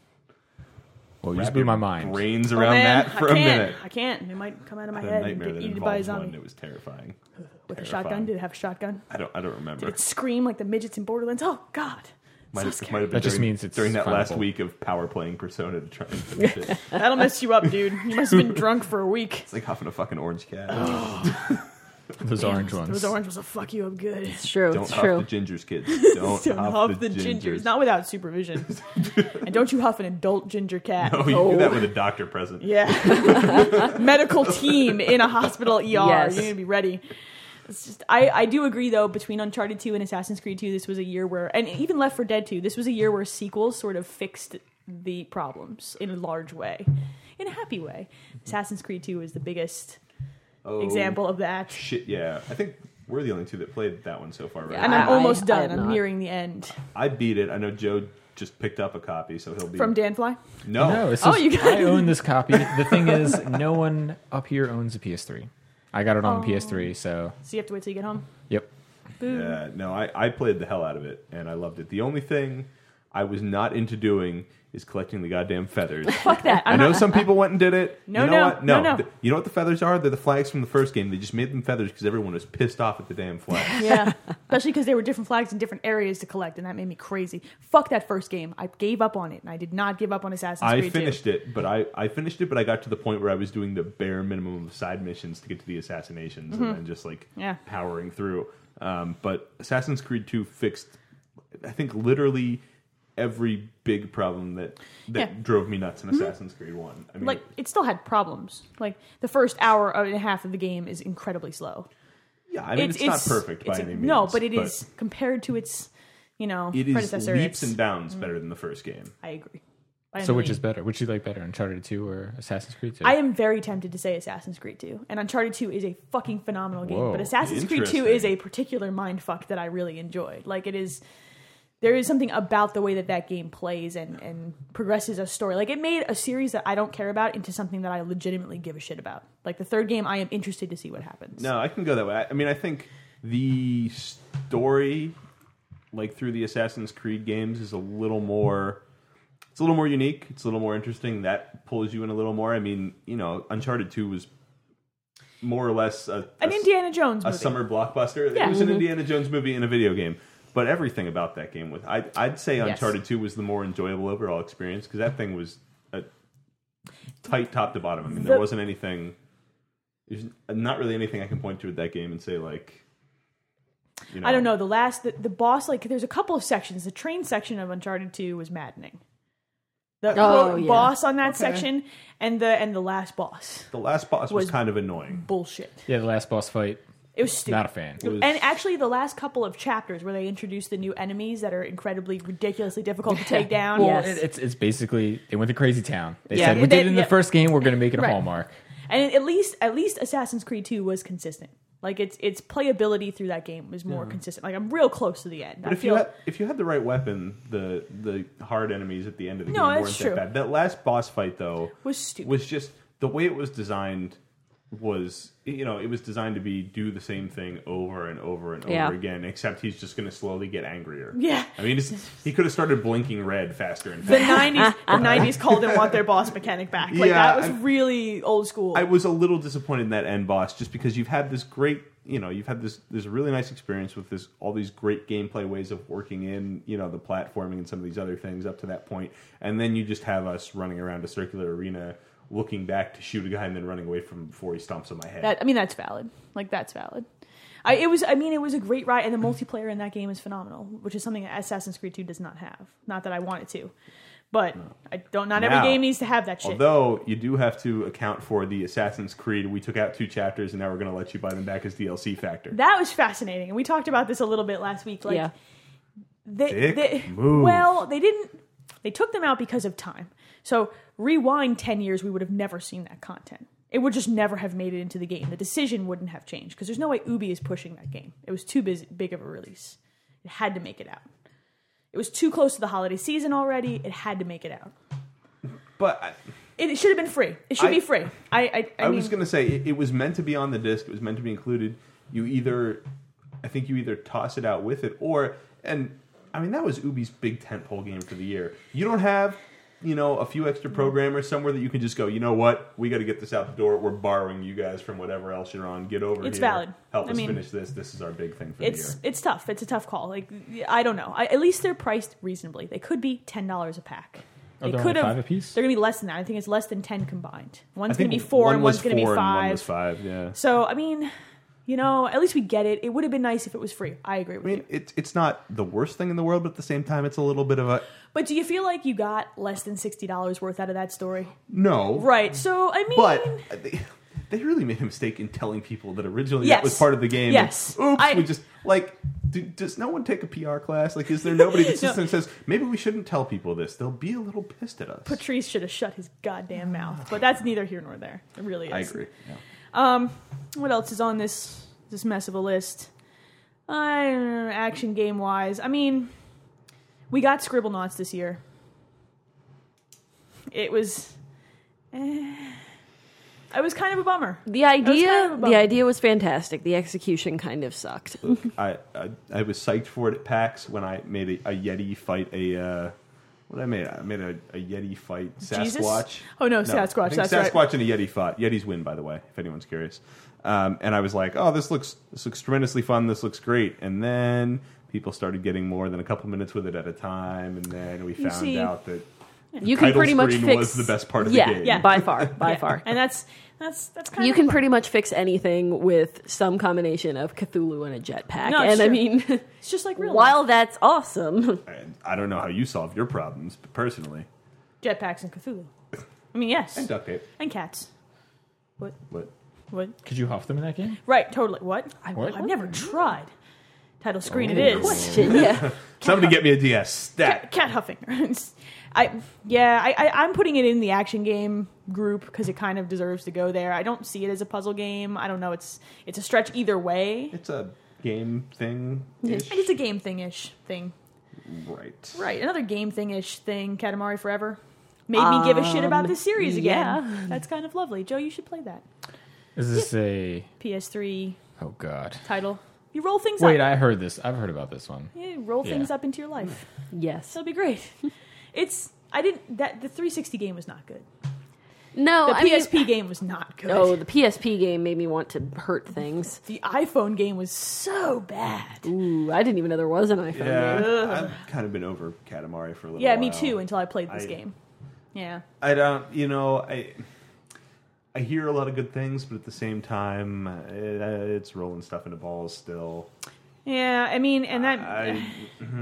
C: Well, Oh, you just
D: Wrap
C: blew
D: your
C: my mind.
D: Brains
A: Oh,
D: around
A: man,
D: that for
A: I
D: a
A: can't.
D: minute.
A: I can't. It might come out of my
D: The
A: head and
D: nightmare
A: get
D: that
A: eaten by a
D: involved
A: zombie
D: one. It was terrifying.
A: with a
D: terrifying.
A: shotgun. Did it have a shotgun?
D: I don't. I don't remember.
A: Did it scream like the midgets in Borderlands? Oh God,
D: Might-
A: so
D: it
A: scary.
D: might have been
C: That just
D: during-
C: means it's
D: during that
C: flammable.
D: last week of power playing Persona to try and finish it. It's
A: That'll mess you up, dude. You must have been drunk for a week.
D: like huffing a fucking orange cat.
A: Oh,
C: Those orange ones.
A: Those orange was a fuck you up good.
B: It's true.
D: Don't
B: it's
D: huff
B: true.
D: the gingers, kids. Don't,
A: Don't
D: huff,
A: huff
D: the,
A: the gingers,
D: gingers.
A: not without supervision. and don't you huff an adult ginger cat.
D: oh, you do that with a doctor present.
A: Yeah. Medical team in a hospital ER.
E: Yes.
A: You're going to be ready. It's just I, I do agree though between Uncharted 2 and Assassin's Creed 2 this was a year where and even Left 4 Dead 2 this was a year where sequels sort of fixed the problems in a large way in a happy way.
E: Mm-hmm.
A: Assassin's Creed 2 is the biggest
D: Oh,
A: example of that.
D: Shit, yeah. I think we're the only two that played that one so far, right?
A: And I'm
E: I-
A: almost
E: I
A: done.
E: have
A: I'm
E: not.
A: nearing the end.
D: I beat it. I know Joe just picked up a copy, so he'll be
A: From Danfly.
D: No,
C: No, it's
A: Oh,
C: just,
A: you got
C: I
A: it.
C: own this copy. The thing is, no one up here owns a PS3. I got it on PS3, so
A: So you have to wait till you get home.
C: yep.
D: Yeah, Uh, no, I, I played the hell out of it and I loved it. The only thing I was not into doing is collecting the goddamn feathers.
A: Fuck that.
D: I
A: I'm
D: know
A: not,
D: some people went and did it.
A: No,
D: you know
A: no,
D: what? No,
A: no, no.
D: Th- You know what the feathers are? They're the flags from the first game. They just made them feathers because everyone was pissed off at the damn flags.
A: Yeah, especially because there were different flags in different areas to collect, and that made me crazy. Fuck that first game. I gave up on it, and I did not give up on Assassin's
D: I
A: Creed. 2.
D: finished it, but I, I finished it, but I got to the point where I was doing the bare minimum of side missions to get to the assassinations and then just like
A: Mm-hmm. Yeah.
D: powering through. Um, but Assassin's Creed 2 fixed, I think, literally every big problem that that
A: Yeah. Mm-hmm.
D: drove me nuts in Assassin's Creed 1. I mean,
A: Like it still had problems. Like the first hour and a half of the game is incredibly slow.
D: yeah, I mean, it's, not perfect by
A: it's-
D: any means.
A: No, but it is compared to its, you know,
D: It is
A: predecessor.
D: leaps
A: it's- Mm.
D: and bounds better than the first game.
A: I agree. I
C: So which
A: agree.
C: is better? Which do you like better, Uncharted 2 or Assassin's Creed 2?
A: I am very tempted to say Assassin's Creed 2, and Uncharted 2 is a fucking phenomenal game.
C: Whoa,
A: but Assassin's Creed 2 is
D: interesting.
A: a particular mindfuck that I really enjoy. Like it is, there is something about the way that that game plays and and progresses a story. Like it made a series that I don't care about into something that I legitimately give a shit about. Like the third game, I am interested to see what happens.
D: No, I can go that way. I- I mean, I think the story, like through the Assassin's Creed games, is a little more. It's a little more unique. It's a little more interesting. That pulls you in a little more. I mean, you know, Uncharted Two was more or less a,
A: an
D: a-
A: Indiana Jones
D: a
A: movie.
D: summer blockbuster.
A: Yeah. Mm-hmm.
D: It was an Indiana Jones movie in a video game. But everything about that game was, I, I'd say Uncharted Two was the more enjoyable overall experience because that thing was a tight top to bottom. I mean, there
A: The-
D: wasn't anything. There's not really anything I can point to with that game and say like. You know,
A: I don't know. The last, the, the boss, like, there's a couple of sections. The train section of Uncharted 2 was maddening. The quote,
B: yeah.
A: boss on that section and the and the last boss.
D: The last boss was,
A: was-
D: kind of annoying.
A: Bullshit.
C: yeah, the last boss fight.
A: It was stupid.
C: Not a fan.
D: It was-
A: And actually, the last couple of chapters where they introduce the new enemies that are incredibly, ridiculously difficult to take down.
C: Well, it, it's it's basically they went to Crazy Town. They
A: Yeah.
C: said we
A: They-
C: did it in the
A: yeah.
C: first game. We're going to make it a
A: Right.
C: hallmark.
A: And at least, at least Assassin's Creed 2 was consistent. Like its its playability through that game was more consistent. Like I'm real close to the end.
D: But
A: I
D: if you had, if you had the right weapon, the the hard enemies at the end of the
A: No,
D: game weren't
A: that's
D: that
A: true.
D: bad. That last boss fight though
A: was stupid.
D: was just the way it was designed was you know it was designed to be do the same thing over and over and over
E: Yeah.
D: again except he's just going to slowly get angrier
A: Yeah.
D: i mean it's, he could have started blinking red faster and
A: the
D: faster
A: '90s, the '90s called and want their boss mechanic back. Like
D: Yeah,
A: that was
D: I'm-
A: really old school.
D: i was a little disappointed in that end boss just because you've had this great you know you've had this this really nice experience with this all these great gameplay ways of working in you know the platforming and some of these other things up to that point and then you just have us running around a circular arena looking back to shoot a guy and then running away from him before he stomps on my head
A: That I mean, that's valid. Like that's valid. I, it was. I mean, it was a great ride, and the multiplayer in that game is phenomenal, which is something that Assassin's Creed Two does not have. Not that I want it to, but I don't. Not
D: Now,
A: every game needs to have that shit.
D: Although you do have to account for the Assassin's Creed, we took out two chapters, and now we're going to let you buy them back as DLC factor.
A: that was fascinating, and we talked about this a little bit last week. Like,
B: yeah.
A: they,
D: Dick
A: they-
D: move.
A: well they didn't they took them out because of time so rewind 10 years we would have never seen that content it would just never have made it into the game the decision wouldn't have changed because there's no way ubi is pushing that game it was too busy, big of a release it had to make it out it was too close to the holiday season already it had to make it out
D: but I,
A: it, it should have been free it should
D: I-
A: be free i i, I,
D: I
A: mean,
D: was going to say it, it was meant to be on the disc. It was meant to be included. You either, I think you either toss it out with it, or and I mean that was Ubi's big tentpole game for the year. You don't have. You know, a few
A: Mm-hmm.
D: extra programmers somewhere that you can just go. You know what? We got to get this out the door. We're borrowing you guys from whatever else you're on. Get over
A: It's
D: here.
A: valid.
D: Help
A: I
D: us
A: mean,
D: finish this. This is our big thing for the
A: it's
D: year.
A: it's tough it's a tough call like i don't know I, at least they're priced reasonably they could be $10 a pack
C: Are
A: They
D: Oh,
C: there
A: could
C: only
A: have-
C: five apiece?
A: They're going to be less than that. I think it's less than 10 combined. One's
D: I
A: going
D: think
A: to be four
D: one
A: and one's
D: was
A: going to be
D: four
A: five.
D: and one was five. Yeah.
A: So, I mean, you know, at least we get it. It would have been nice if it was free. I agree with
D: I mean,
A: you.
D: it's it's not the worst thing in the world, but at the same time, it's a little bit of a
A: But do you feel like you got less than $60 worth out of that story?
D: no,
A: Right. So, I mean,
D: But they, they really made a mistake in telling people that originally that
A: Yes.
D: was part of the game.
A: Yes.
D: And, oops,
A: I-
D: we just like. Do, does no one take a PR class? Like, is there nobody that sits
A: No.
D: there and says maybe we shouldn't tell people this? They'll be a little pissed at us.
A: Patrice should have shut his goddamn mouth. But that's neither here nor there. It really is.
D: I agree. Yeah.
A: Um, What else is on this this mess of a list? Uh, action game wise, I mean, we got Scribble Knots this year. It was, eh, it was kind of a bummer.
B: The idea,
A: kind of a
B: the
A: bummer.
B: idea was fantastic. The execution kind of sucked.
D: Look, I, I I was psyched for it at PAX when I made a, a Yeti fight a. Uh, what I made, I made a, a Yeti fight Sasquatch.
A: Jesus? Oh, no, Sasquatch,
D: I think
A: that's right.
D: Sasquatch and a Yeti fought. Yetis win, by the way, if anyone's curious. Um, and I was like, oh, this looks this looks tremendously fun. This looks great. And then people started getting more than a couple minutes with it at a time, and then we found
A: see-
D: out that
B: You can
D: title
B: pretty much
D: screen
B: fix
D: was the best part of the
B: yeah,
D: game.
B: Yeah, by far, by
A: Yeah.
B: far.
A: and that's that's that's kind
B: You
A: of
B: can
A: a
B: pretty much fix anything with some combination of Cthulhu and a jetpack.
A: No,
B: and I
A: sure.
B: mean,
A: bummer. It's just like real
B: while that's awesome,
D: And I don't know how you solve your problems, but personally,
A: life. jetpacks and Cthulhu. I mean, yes,
D: and uh, duct tape.
A: and cats.
D: What?
A: What?
C: Could you huff them in that game?
A: Right? Totally. What? I,
C: What?
A: I've never tried. Title screen. it is.
B: shit, yeah.
D: Somebody get me a DS stat.
A: cat, cat huffing. I yeah, I, I I'm putting it in the action game group because it kind of deserves to go there. I don't see it as a puzzle game. I don't know. It's it's a stretch either way.
D: It's a game thing,
A: I think it's a game thing ish thing.
D: right?
A: Right, another game thing ish thing. Katamari Forever made me give a shit about
C: Um,
A: this series again.
B: yeah.
A: That's kind of lovely. Joe, you should play that
C: Is this a
A: PS3
C: oh god?
A: title. You roll things
C: Wait,
A: up.
C: I heard this. I've heard about this one.
A: Yeah, you roll
C: Yeah.
A: things up into your life.
B: yes.
A: That'll be great. it's I didn't that the 360 game was not good.
B: No,
A: The
B: I mean,
A: PSP game was not good.
B: oh, the PSP game made me want to hurt things.
A: The iPhone game was so bad.
B: Ooh, I didn't even know there was an iPhone.
D: Yeah,
B: game.
D: I've kind of been over Katamari for a little.
A: Yeah, me
D: while.
A: too. Until I played this
D: I-
A: game. Yeah,
D: I don't, you know, I I hear a lot of good things, but at the same time, it, uh, it's rolling stuff into balls still.
A: yeah. I mean, and that
D: I,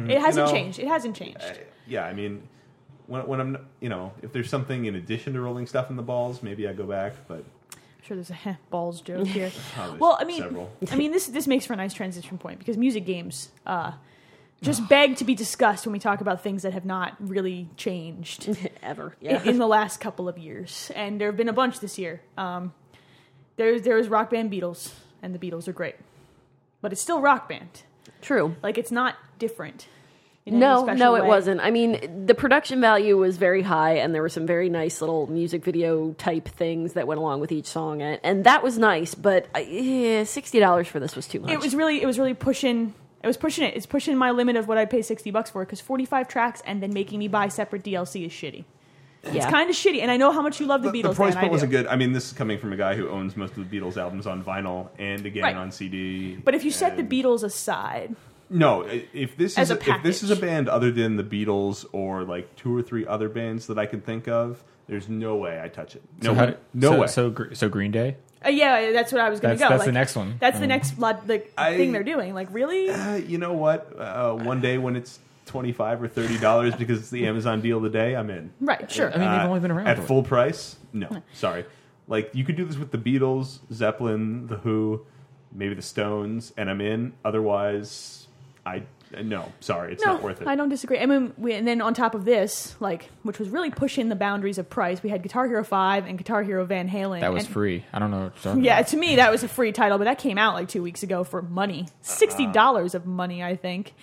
A: it hasn't
D: know,
A: changed. It hasn't changed.
D: I yeah, I mean, when when I'm, you know, if there's something in addition to rolling stuff in the balls, maybe I go back. But
A: I'm sure there's a heh, balls joke here.
D: oh, there's
A: well, I mean,
D: several.
A: I mean, this this makes for a nice transition point because music games uh, just beg to be discussed when we talk about things that have not really changed.
B: Ever.
A: in-
B: Yeah.
A: in the last couple of years, and there have been a bunch this year. Um, there's there was Rock Band Beatles, and the Beatles are great, but it's still Rock Band.
B: True.
A: Like it's not different. in any
B: No,
A: special
B: no, it
A: way.
B: wasn't. I mean, the production value was very high, and there were some very nice little music video type things that went along with each song, and, and that was nice. But uh, eh, sixty dollars for this was too much.
A: It was really it was really pushing. It was pushing it. It's pushing my limit of what I'd pay sixty bucks for because forty five tracks and then making me buy separate DLC is shitty.
B: yeah.
A: It's kind of shitty, and I know how much you love the,
D: The,
A: Beatles.
D: the price
A: Dan, I
D: point
A: do.
D: wasn't good. I mean, this is coming from a guy who owns most of the Beatles albums on vinyl and again
A: Right.
D: on CD.
A: But if you set the
D: and-
A: Beatles aside,
D: No, i- if this
A: As
D: is
A: a
D: if this is a
A: package.
D: band other than the Beatles or like two or three other bands that I can think of, there's no way I touch it. No,
C: So how do-
D: no
C: so,
D: way.
C: So, Gr- so Green Day.
A: Uh, yeah, that's what I was going to go.
C: That's- that's
A: like,
C: the next one.
A: That's the
C: Mm.
A: next lot, like,
D: I-
A: thing they're doing. Like, really?
D: Uh, you know what? Uh, one day when it's twenty five or thirty dollars because it's the Amazon deal of the day, I'm in.
A: Right, sure.
C: I mean, they've
D: Uh,
C: only been around
D: at
C: for-
D: full price. No, sorry. Like you could do this with the Beatles, Zeppelin, the Who, maybe the Stones, and I'm in. Otherwise, I uh, no, sorry, it's
A: no,
D: not worth it.
A: I don't disagree. I mean, we, and then on top of this, like, which was really pushing the boundaries of price, we had Guitar Hero 5 and Guitar Hero Van Halen.
C: That was
A: and-
C: free. I don't know. What you're talking
A: Yeah,
C: about.
A: to me, that was a free title, but that came out like two weeks ago for money.
D: Uh-huh.
A: $60 of money, I think.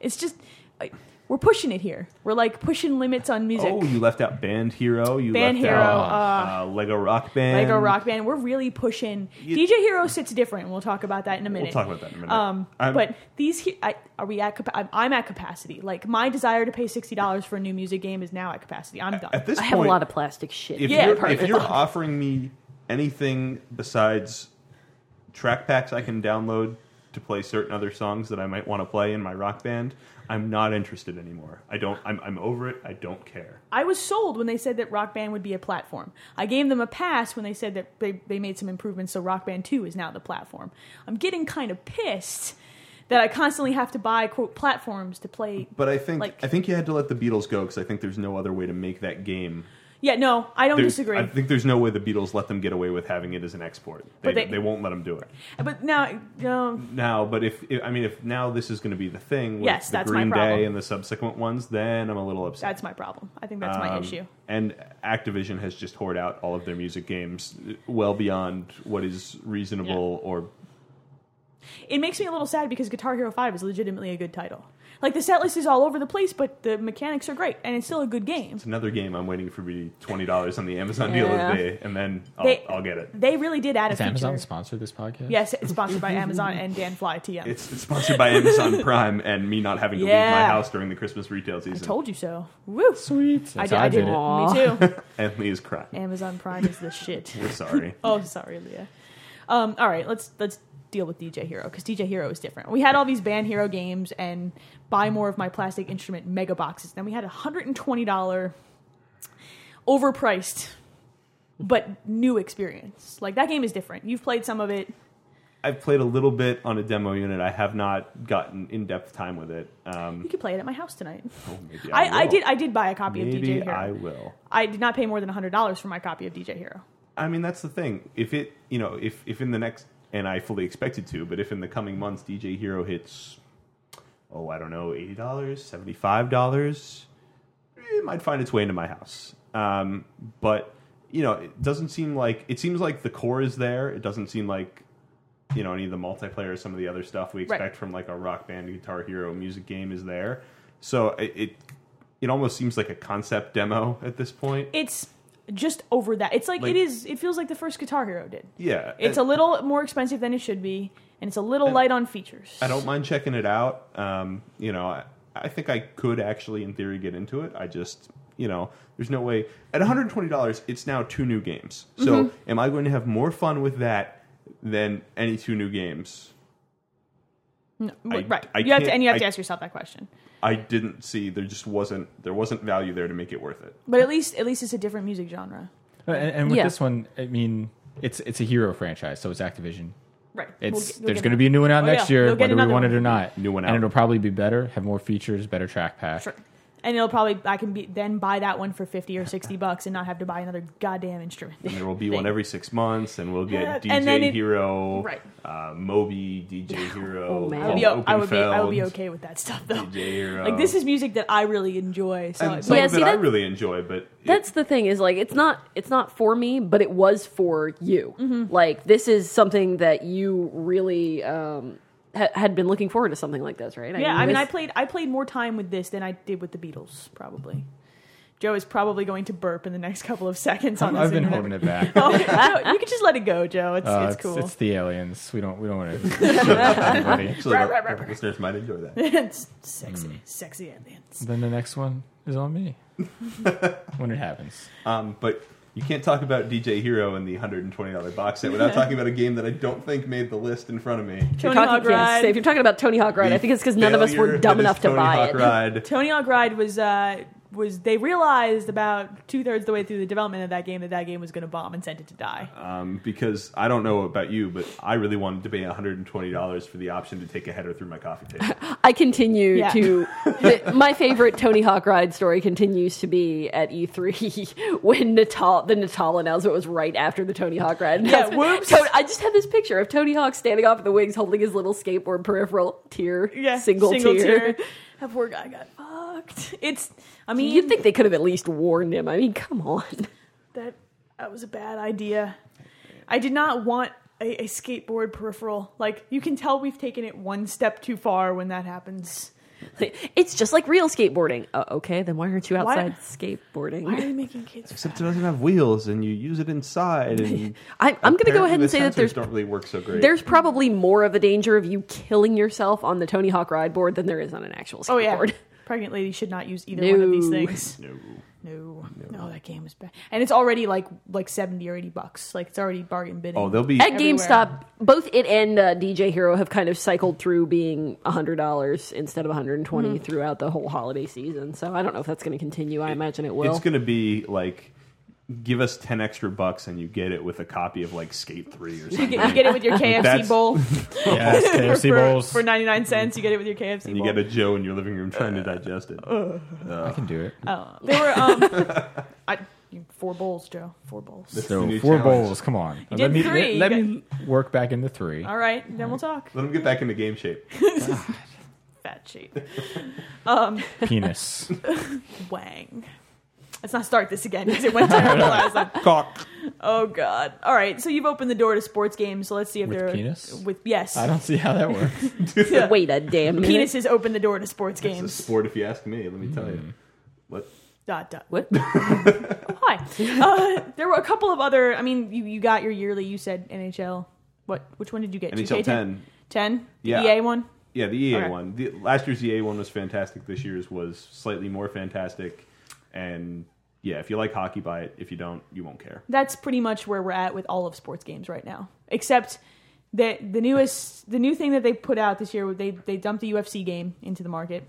A: It's just, I, we're pushing it here. We're like pushing limits on music.
D: Oh, you left out Band Hero. You
A: Band
D: left
A: Hero,
D: out uh, Lego Rock Band.
A: Lego Rock Band, we're really pushing. DJ Hero sits different. We'll talk about that in a minute.
D: We'll talk about that in a minute.
A: Um,
D: I'm-
A: but these he- I, are we at? Capa- I'm, I'm at capacity. Like my desire to pay sixty dollars for a new music game is now at capacity. I'm done.
D: at this
B: I
D: point,
B: have a lot of plastic shit.
D: if
A: Yeah,
D: you're,
A: part
D: if
A: of
D: you're offering me anything besides track packs I can download to play certain other songs that I might want to play in my rock band, I'm not interested anymore. I don't. I'm, I'm over it. I don't care.
A: I was sold when they said that Rock Band would be a platform. I gave them a pass when they said that they, they made some improvements, so Rock Band 2 is now the platform. I'm getting kind of pissed that I constantly have to buy, quote, platforms to play.
D: But I think
A: Like-
D: I think you had to let the Beatles go because I think there's no other way to make that game.
A: Yeah, no, I don't
D: There's-
A: disagree.
D: I think there's no way the Beatles let them get away with having it as an export. They,
A: But they-
D: they, won't let them do it.
A: but now, no,
D: now, but if, if I mean, if now this is going to be the thing with
A: Yes,
D: the
A: that's my
D: Green
A: problem.
D: Day and the subsequent ones, then I'm a little upset.
A: that's my problem. I think that's my
D: Um,
A: issue.
D: And Activision has just hoard out all of their music games uh, well beyond what is reasonable or
A: It makes me a little sad because Guitar Hero 5 is legitimately a good title. Like, the set list is all over the place, but the mechanics are great, and it's still a good game.
D: it's another game I'm waiting for me twenty dollars on the Amazon deal of
B: Yeah.
D: the day, and then I'll,
A: They-
D: I'll get it.
A: They really did add a
C: Does
A: feature.
C: Amazon sponsor this podcast?
A: Yes, it's sponsored by Amazon and Dan Fly TM.
D: It's, it's sponsored by Amazon Prime, and me not having to leave
A: Yeah.
D: my house during the Christmas retail
A: I
D: season.
A: told you so. Woo!
C: Sweet.
A: I
C: That's
A: did.
C: how
A: I did.
C: it.
A: Me too.
D: And Leah's crying.
A: Amazon Prime is the shit.
D: We're sorry.
A: Oh, sorry, Leah. Um, all right, let's let's deal with DJ Hero because DJ Hero is different. We had all these Band Hero games and buy more of my plastic instrument mega boxes. Then we had a hundred and twenty dollar overpriced but new experience. Like that game is different. You've played some of it.
D: I've played a little bit on a demo unit. I have not gotten in depth time with it. Um,
A: You could play it at my house tonight.
D: oh, maybe
A: I,
D: I,
A: I
D: will.
A: did. I did buy a copy of
D: Maybe
A: DJ Hero.
D: I will.
A: I did not pay more than hundred dollars for my copy of DJ Hero.
D: I mean, that's the thing. If it, you know, if if in the next, and I fully expect it to, but if in the coming months DJ Hero hits, oh, I don't know, eighty dollars, seventy five dollars, it might find its way into my house. Um, but you know, it doesn't seem like it seems like the core is there. It doesn't seem like you know any of the multiplayer or some of the other stuff we expect from like a rock band guitar hero music game is there so it, it it almost seems like a concept demo at this point
A: It's just over that. It's like,
D: Like-
A: it is. It feels like the first Guitar Hero did.
D: yeah
A: It's a little more expensive than it should be, and it's a little light on features.
D: I don't mind checking it out. Um, you know, I, I think I could actually, in theory, get into it. I just, you know, there's no way at $120. It's now two new games. So,
A: Mm-hmm.
D: am I going to have more fun with that than any two new games? I-
A: right.
D: I
A: you have to,
D: can't-
A: and you have to
D: I-
A: ask yourself that question.
D: I didn't see. There just wasn't. There wasn't value there to make it worth it.
A: But at least, at least it's a different music genre.
C: And, and with
B: Yeah.
C: this one, I mean, it's it's a hero franchise, so it's Activision.
A: Right.
C: It's
A: We'll get- we'll
C: there's
A: get
C: going to
A: it.
C: be a new one out
A: Oh,
C: next
A: yeah.
C: year,
A: You'll get
C: whether we
A: another
C: want it
A: one.
C: or not.
D: New one out.
C: and it'll probably be better, have more features, better track pack.
A: Sure. And it'll probably I can be then buy that one for fifty or sixty bucks and not have to buy another goddamn instrument.
D: And there will be one every six months, and we'll
A: Yeah,
D: get DJ
A: and then it-
D: Hero,
A: right.
D: uh, Moby, DJ Hero,
B: Oh, man.
A: I would, be,
D: Paul
A: I would be I would be
D: Oakenfold,
A: okay with that stuff though.
D: DJ Hero.
A: Like this is music that I really enjoy. So
D: and some
B: Yeah,
D: of
B: see,
D: it I
B: that-
D: really enjoy, but
B: That's the thing is like it's not it's not for me, but it was for you.
A: Mm-hmm.
B: Like this is something that you really um, ha- had been looking forward to something like this, right?
A: Yeah, I mean,
B: this-
A: I played I played more time with this than I did with the Beatles, probably. Joe is probably going to burp in the next couple of seconds on this.
C: I've been
A: internet.
C: holding it back.
A: Oh, no, you can just let it go, Joe. It's,
C: Uh,
A: it's cool.
C: It's the aliens. We don't. We don't want to.
D: actually,
A: Right, right, right, right.
D: listeners might enjoy that.
A: It's sexy,
C: Mm.
A: sexy aliens.
C: then the next one is on me when it happens.
D: Um, but You can't talk about DJ Hero and the $120 box set without talking about a game that I don't think made the list in front of me.
A: Tony
E: Talking-
A: Hawk
E: yes,
A: Ride.
E: if you're talking about Tony Hawk Ride, I think it's because none of us
D: Failure
E: were dumb
D: that is
E: enough to
D: Tony
E: buy
D: Hawk
E: it.
D: Ride.
A: Tony Hawk Ride was uh, was they realized about two thirds the way through the development of that game that that game was going to bomb and sent it to die.
E: Uh,
D: Um, because I don't know about you, but I really wanted to pay $120 for the option to take a header through my coffee table.
E: I continue
A: Yeah.
E: to. the, my favorite Tony Hawk ride story continues to be at E3 when Natal the Natal announcement was right after the Tony Hawk ride. announcement.
A: whoops.
E: So I just had this picture of Tony Hawk standing off in the wings, holding his little skateboard peripheral tear,
A: Yeah,
E: single, tear.
A: That poor guy got fucked. It's. I mean,
E: You'd think they could have at least warned him. I mean, come on.
A: that that was a bad idea. I did not want a, a skateboard peripheral. Like you can tell, we've taken it one step too far when that happens.
E: It's just like real skateboarding. Uh, okay, then why aren't you
A: Why-
E: outside skateboarding?
A: Why are they making kids?
D: Except it doesn't have wheels and you use it inside. And
E: I, I'm going to go ahead
D: apparently
E: and say
D: the
E: that there's
D: sensors don't really work so great.
E: There's probably more of a danger of you killing yourself on the Tony Hawk ride board than there is on an actual skateboard.
A: Oh yeah, pregnant ladies should not use either one of these
E: No.
A: things. No. No, no, that game is bad, and it's already like like seventy or eighty bucks. Like it's already bargain bidding.
D: oh, they'll be
E: At
A: Everywhere.
E: GameStop, both it and uh, DJ Hero have kind of cycled through being $100 instead of 120
A: Mm-hmm.
E: dollars throughout the whole holiday season. So I don't know if that's going to continue. I imagine it will.
D: It's going to be like give us 10 extra bucks and you get it with a copy of like Skate 3 or
A: You
D: something.
A: get, you get it with your KFC
D: That's-
A: bowl
C: Yeah, KFC
A: for,
C: bowls.
A: for ninety nine cents. You get it with your KFC
D: and you
A: bowl.
D: get a Joe in your living room trying to digest it. Uh,
I: I can do it.
A: Oh, they were um, I, four bowls, Joe. Four bowls.
D: That's the
I: So
D: new
I: four
D: challenge.
I: bowls. Come on.
A: did
I: let me
A: three. You
I: let,
A: got-
I: let me work back into three.
A: All right, then we'll talk.
D: Let them get back into game shape.
A: Fat sheet.
I: Penis.
A: Wang. Let's not start this again because it went terrible last time.
D: Cock.
A: Oh God! All right, so you've opened the door to sports games. So let's see if
I: With
A: there are
I: penis?
A: with yes,
I: I don't see how that works.
E: Wait a damn minute.
A: penises open the door to sports
D: It's a
A: games.
D: sport if you ask me, let me tell
E: Mm-hmm.
D: you. What?
A: dot dot.
E: What?
A: Oh, hi. Uh, there were a couple of other. I mean, you, you got your yearly. You said NHL. What? Which one did you get?
D: NHL 10.
A: 10? The
D: Yeah.
A: EA E one.
D: Yeah, the EA
A: Okay.
D: one. The, last year's EA one was fantastic. This year's was slightly more fantastic. And yeah, if you like hockey, buy it. If you don't, you won't care.
A: that's pretty much where we're at with all of sports games right now. Except that the newest, the new thing that they put out this year, they they dumped the UFC game into the market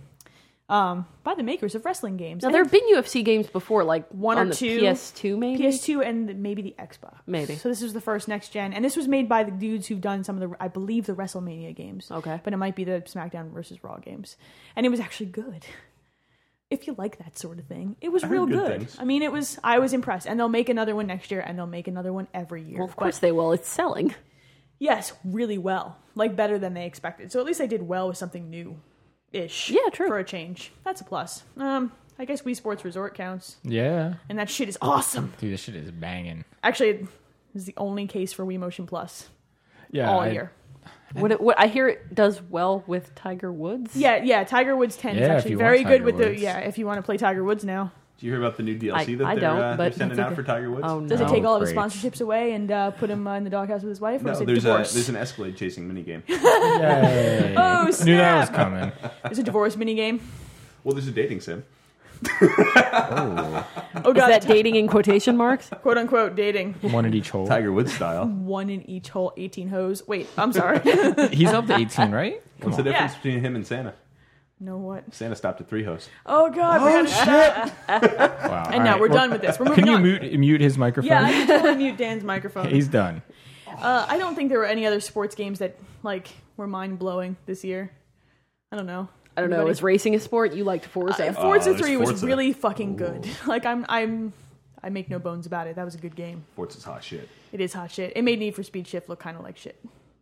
A: um, by the makers of wrestling games.
E: Now,
A: I
E: there have
A: think
E: been UFC games before, like
A: One or
E: on the
A: two.
E: PS2, maybe?
A: PS2 and maybe the Xbox.
E: Maybe.
A: So this was the first next gen, and this was made by the dudes who've done some of the, I believe, the WrestleMania games.
E: Okay.
A: But it might be the SmackDown versus Raw games, and it was actually good. If you like that sort of thing, it was
D: I heard
A: real
D: good
A: good.
D: things.
A: I mean, it was. I was impressed, and they'll make another one next year, and they'll make another one every year.
E: Well, of
A: But-
E: course they will. It's selling.
A: yes, really well, like better than they expected. So at least I did well with something new, ish.
E: Yeah, true.
A: For a change, that's a plus. Um, I guess Wii Sports Resort counts,
C: yeah.
A: and that shit is awesome.
C: Dude, this shit is banging.
A: Actually, it was the only case for Wii Motion Plus
C: Yeah.
A: all
C: I-
A: year.
E: What, it, what I hear it does well with Tiger Woods.
A: Yeah, yeah. Tiger Woods Ten
C: Yeah,
A: is
C: if
A: actually
C: you
A: very
C: want
A: good
C: Tiger
A: with
C: Woods.
A: the yeah. If you want to play Tiger Woods now,
D: Do you hear about the new DLC
E: I-
D: that
E: I
D: they're,
E: don't,
D: uh,
E: but
D: they're
E: it's
D: sending
E: okay.
D: out for Tiger Woods?
E: Oh, no.
A: does it take all of his
C: great.
A: sponsorships away and uh, put him uh, in the doghouse with his wife, or
D: No,
A: is it
D: there's, a,
A: divorce?
D: there's an Escalade chasing minigame.
C: Yay.
A: Oh,
C: Knew that was
A: snap.
C: coming.
A: there's a divorce minigame.
D: well, there's a dating sim.
A: Oh
E: Is
A: god,
E: that dating in quotation marks?
A: quote unquote dating.
C: One at each hole.
D: Tiger Woods style.
A: One in each hole, eighteen hoes. Wait, I'm sorry.
C: He's up to 18, right? Come
D: What's the
C: on.
D: difference
A: Yeah.
D: between him and Santa?
A: no what?
D: Santa stopped at three hosts.
A: Oh god, we gotta stop.
C: Wow.
A: And now we're done with this. We're moving
C: Can you
A: on.
C: mute, mute his microphone?
A: yeah, I can totally mute Dan's microphone.
C: He's done.
A: Uh, I don't think there were any other sports games that like were mind blowing this year. I don't know.
E: I don't know.
A: Anybody?
E: Is racing a sport? You liked Forza.
A: Uh, Forza
D: there's
A: Three was
D: Forza.
A: really fucking good. Like I'm, I'm, I make no bones about it. That was a good game.
D: Forts is hot shit.
A: It is hot shit. It made Need for Speed Shift look kind of like shit.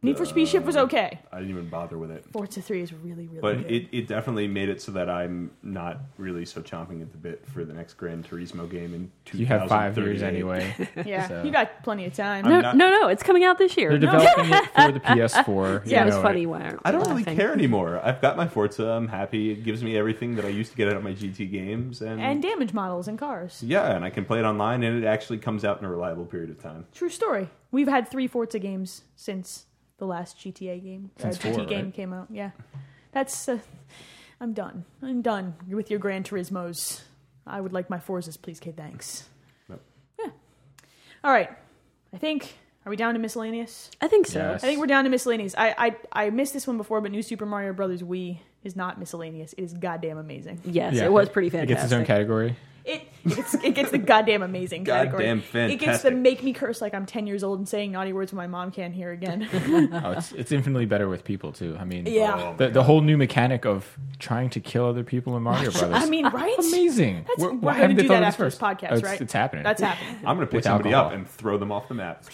A: Need for Speed Shift was okay.
D: I didn't even bother with it.
A: Forza Three is really, really
D: But
A: good.
D: it, it definitely made it so that I'm not really so chomping at the bit for the next Gran Turismo game in 2038.
C: You have five years anyway.
A: yeah,
C: so-
A: you got plenty of time.
E: No,
D: I'm not-
E: no, no. It's coming out this year.
C: They're
E: No,
C: developing it for the PS4.
A: Yeah,
E: it
C: You
E: was
C: know
E: funny. Where
D: I don't really
E: laughing.
D: care anymore. I've got my Forza. I'm happy. It gives me everything that I used to get out of my GT games. And,
A: and damage models and cars.
D: yeah, and I can play it online, and it actually comes out in a reliable period of time.
A: True story. We've had three Forza games since the last GTA game.
C: Since
A: uh,
C: four,
A: GT game
C: right?
A: came out. Yeah, that's. Uh, I'm done. I'm done with your Gran Turismo's. I would like my Forzas, please, K. Thanks.
D: Yep.
A: Yeah. All right. I think. Are we down to miscellaneous?
E: I think so.
C: Yes.
A: I think we're down to miscellaneous. I, I I missed this one before, but New Super Mario Brothers Wii is not miscellaneous. It is goddamn amazing.
E: Yes,
C: Yeah.
E: it was pretty
C: It
E: fantastic.
C: gets its own category.
A: It it gets, it gets the goddamn amazing category.
D: Goddamn
A: It gets the
D: fantastic.
A: make me curse like I'm ten years old and saying naughty words when my mom can't hear again.
C: Oh, it's, it's infinitely better with people too. I mean,
A: Yeah.
C: the, the whole new mechanic of trying to kill other people in Mario Brothers.
A: I mean, right?
C: amazing.
A: That's,
C: Where-
A: we're
C: why
A: going
C: haven't
A: to
C: they
A: do
C: thought
A: that
C: of
A: after this
C: first?
A: podcast,
C: Oh, it's,
A: right?
C: It's happening.
A: That's happening.
D: I'm going to pick
C: With
D: somebody up
C: alcohol.
D: and throw them off the map.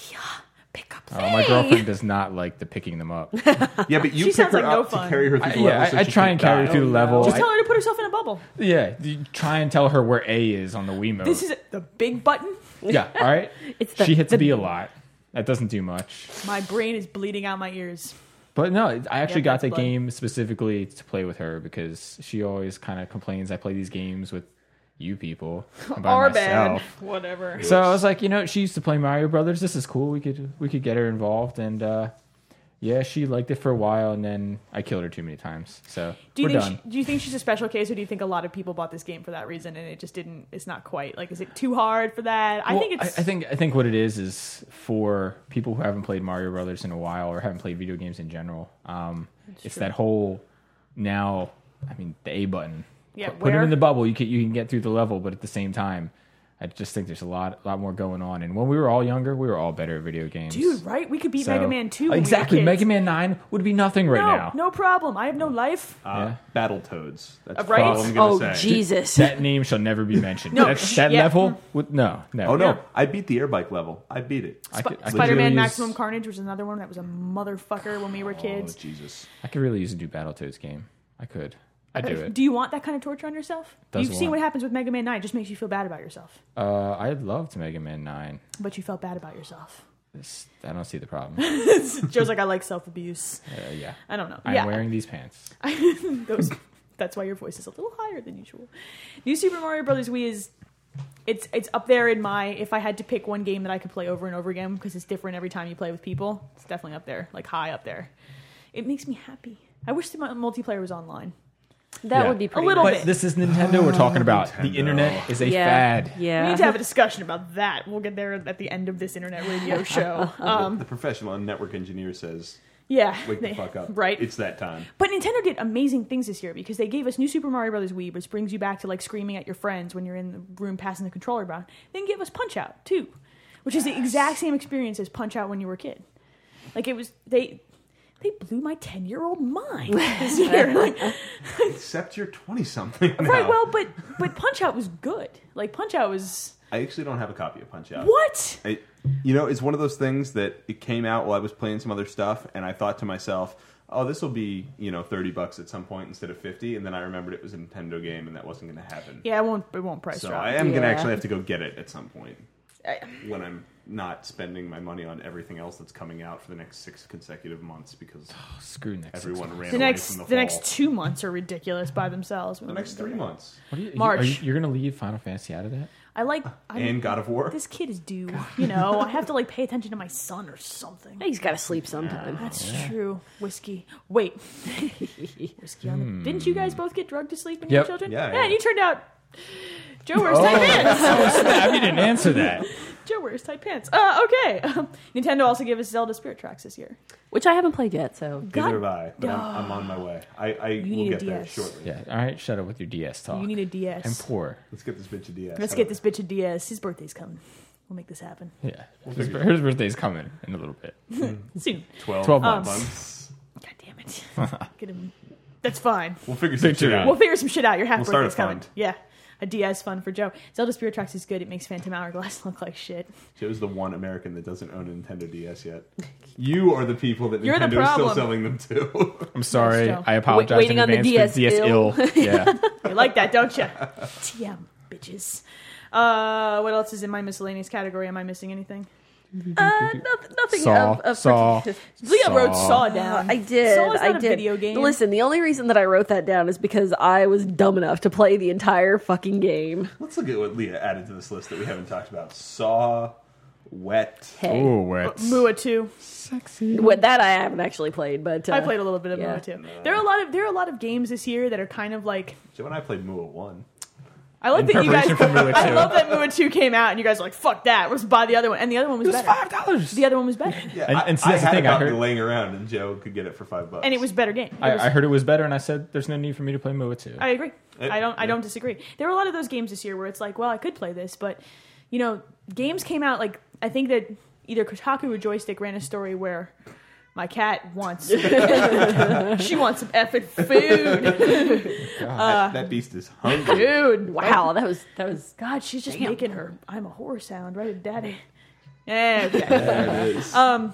A: Pick up
C: Oh, my girlfriend does not like the picking them up. I-
D: Yeah, but
A: She
D: you pick
A: sounds
D: her
A: like no
D: up
A: fun.
D: to carry her through the level.
C: yeah,
D: so
C: I, I
D: she
C: try
D: can
C: and carry
D: die.
C: her through the level.
A: Just
C: I-
A: tell her to put herself in a bubble.
C: yeah, you try and tell her where A is on the Wiimote.
A: This is the big button.
C: yeah, all right.
E: It's the-
C: she hits
E: the-
C: B a lot. That doesn't do much.
A: My brain is bleeding out my ears.
C: But no, it- I actually
A: Yeah,
C: got
A: that's
C: that
A: blood.
C: game specifically to play with her because she always kind of complains I play these games with you people and by
A: Our bad.
C: myself.
A: Whatever.
C: So I was like, you know, she used to play Mario Brothers. This is cool. We could we could get her involved, and uh, yeah, she liked it for a while, and then I killed her too many times. So
A: Do you
C: we're
A: think
C: done.
A: She, do you think she's a special case, or do you think a lot of people bought this game for that reason and it just didn't? It's not quite like. Is it too hard for that? I
C: Well,
A: think it's.
C: I, think I think what it is is for people who haven't played Mario Brothers in a while or haven't played video games in general. Um, it's that whole now. I mean, the A button.
A: Yeah,
C: put, put 'em
A: where-
C: in the bubble. You can you can get through the level, but at the same time, I just think there's a lot lot more going on. And when we were all younger, we were all better at video games.
A: dude, right? We could beat
C: So-
A: Mega Man Two. when we were
C: Exactly.
A: kids.
C: Mega Man Nine would be nothing right
A: No,
C: now.
A: no problem. I have no life.
D: Uh, Battletoads. That's
A: Uh, right?
D: all I'm
E: oh
D: going to say.
E: Jesus!
C: That name shall never be mentioned.
A: No,
C: that, that
A: yeah.
C: level would no, never.
D: Oh, no.
A: Yeah.
D: I beat the air bike level. I beat it.
C: I could, I could
A: Spider Man
C: really
A: Maximum
C: use,
A: Carnage was another one that was a motherfucker when we were
D: Oh,
A: kids.
D: Jesus.
C: I could really use a new Battletoads game. I could. I do it.
A: Uh, Do you want that kind of torture on yourself?
C: Does
A: You've seen
C: want-
A: what happens with Mega Man 9. It just makes you feel bad about yourself.
C: Uh, I loved Mega Man Nine.
A: But you felt bad about yourself.
C: This- I don't see the problem.
A: Joe's like, I like self abuse.
C: Uh, yeah,
A: I don't know.
C: I'm
A: yeah.
C: wearing these pants.
A: Those, that's why your voice is a little higher than usual. New Super Mario Brothers Wii is it's it's up there in my if I had to pick one game that I could play over and over again because it's different every time you play with people. It's definitely up there, like high up there. It makes me happy. I wish the mu- multiplayer was online.
E: That
C: Yeah.
E: would be
C: A
E: pretty.
A: little
E: nice.
A: bit.
C: But this is Nintendo we're talking about. The internet is a
E: yeah,
C: fad.
E: yeah.
A: We need to have a discussion about that. We'll get there at the end of this internet radio show. Um,
D: the professional network engineer says,
A: yeah,
D: wake the
A: they-
D: fuck up.
A: right?
D: It's that time.
A: But Nintendo did amazing things this year because they gave us New Super Mario Brothers Wii, which brings you back to like screaming at your friends when you're in the room passing the controller around. Then give us Punch Out too, which is the exact same experience as Punch Out when you were a kid. Like it was they they blew my ten year old mind this year. Like,
D: Except you're 20 something.
A: right, well, but but Punch Out was good. Like Punch Out was
D: I actually don't have a copy of Punch Out.
A: what?
D: I, you know, it's one of those things that it came out while I was playing some other stuff, and I thought to myself, "Oh, this will be you know thirty bucks at some point instead of 50 And then I remembered it was a Nintendo game, and that wasn't going to happen.
A: Yeah, it won't it won't price
D: so
A: drop.
D: I am going to
E: Yeah.
D: actually have to go get it at some point
A: I-
D: when I'm not spending my money on everything else that's coming out for the next six consecutive months because
C: Oh, Screw next.
D: everyone ran
A: the
D: away
A: next
D: from
A: the,
D: the, fall.
A: next two months are ridiculous by themselves.
D: the next three months,
C: What are you,
A: March.
C: Are you, you're gonna leave Final Fantasy out of that?
A: I like I
D: and God of War.
A: this kid is due. You know, I have to like pay attention to my son or something.
E: He's got to sleep sometime.
A: That's true. Whiskey. Wait. Whiskey on the. Didn't you guys both get drugged to sleep when you were
C: Yep.
A: children?
D: Yeah,
A: Yeah,
D: yeah.
A: you turned out. Joe wears tight pants.
C: I mean, you didn't answer that.
A: Joe wears tight pants. Uh, okay. Um, Nintendo also gave us Zelda Spirit Tracks this year.
E: Which I haven't played yet, so
D: Neither
A: God-
D: have I, but I'm, I'm on my way. I, I will
A: need a
D: get there
A: DS.
D: shortly.
C: Yeah. All right. Shut up with your DS talk.
A: You need a DS.
C: I'm poor.
D: Let's get this bitch a DS.
A: Let's get this bitch a DS. His birthday's coming. We'll make this happen
C: Yeah. His, his birthday's coming in a little bit.
A: soon.
D: twelve,
C: 12 months.
D: months.
A: God damn it. Get him. That's fine.
D: We'll figure some shit
C: Picture
D: out.
A: We'll figure some shit out. Your half
D: We'll start a
A: birthday's coming.
D: fund.
A: Yeah. A DS fund for Joe. Zelda Spirit Tracks is good. It makes Phantom Hourglass look like shit.
D: Joe's the one American that doesn't own a Nintendo DS yet. You are the people that
A: You're the
D: Nintendo is still
A: problem.
D: selling them to.
C: I'm sorry.
A: Joe.
C: I apologize.
E: Wait- waiting
C: in
E: on the
C: advance for
E: DS ill.
C: Yeah.
A: You like that, don't you? TM, bitches. Uh, what else is in my miscellaneous category? Am I missing anything?
E: uh, noth- nothing
C: Saw,
E: of, of
C: saw,
A: Leah
C: Saw.
A: wrote Saw down.
E: I did.
A: Saw is
E: I
A: not a
E: did.
A: video game.
E: Listen, the only reason that I wrote that down is because I was dumb enough to play the entire fucking game.
D: Let's look at what Leah added to this list that we haven't talked about. Saw, Wet.
E: Hey,
C: Oh, wet.
A: Mua 2.
E: what that I haven't actually played, but uh,
A: I played a little bit of
E: yeah.
A: Mua 2. There are a lot of there are a lot of games this year that are kind of like
D: Joe and I played Mua 1.
A: I like that you guys.
C: preparation for Mua
A: I
C: 2.
A: love that Mua Two came out, and you guys were like, "Fuck that! Let's buy the other one." And the other one was,
C: It was
A: better.
C: five dollars.
A: The other one was better,
D: Yeah,
C: And-
D: I-
C: and see, that's
D: I
C: the
D: had
C: thing,
D: a
C: I
D: copy
C: heard-
D: laying around, and Joe could get it for five bucks.
A: and it was a better game. It
C: I,
A: was-
C: I heard it was better, and I said, "There's no need for me to play Mua 2.
A: I agree.
D: Uh,
A: I don't. I
D: yeah.
A: don't disagree. There were a lot of those games this year where it's like, well, I could play this, but you know, games came out like I think that either Kotaku or Joystick ran a story where my cat wants she wants some effing food,
D: that,
A: uh,
D: that beast is hungry.
A: dude.
E: Wow, that was that was
A: God, she's just
E: Damn.
A: making her. I'm a whore sound, right, at daddy? Yeah. Okay.
D: There it
A: Uh,
D: is.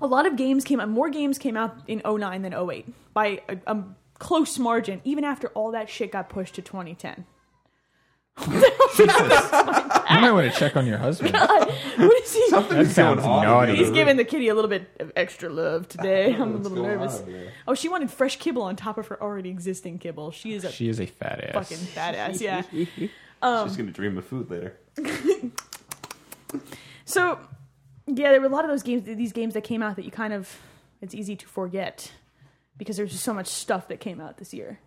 A: a lot of games came out more games came out in 09 than 08 by a, a close margin even after all that shit got pushed to 2010
C: you might want to check on your husband.
A: what is he
D: Something's
C: That sounds
D: going on.
C: naughty.
A: he's giving the kitty a little bit of extra love today i'm a little nervous oh she wanted fresh kibble on top of her already existing kibble she is a
C: she is a fat ass.
A: fucking badass yeah Um,
D: She's gonna dream of food later.
A: so yeah there were a lot of those games these games that came out that you kind of it's easy to forget because there's just so much stuff that came out this year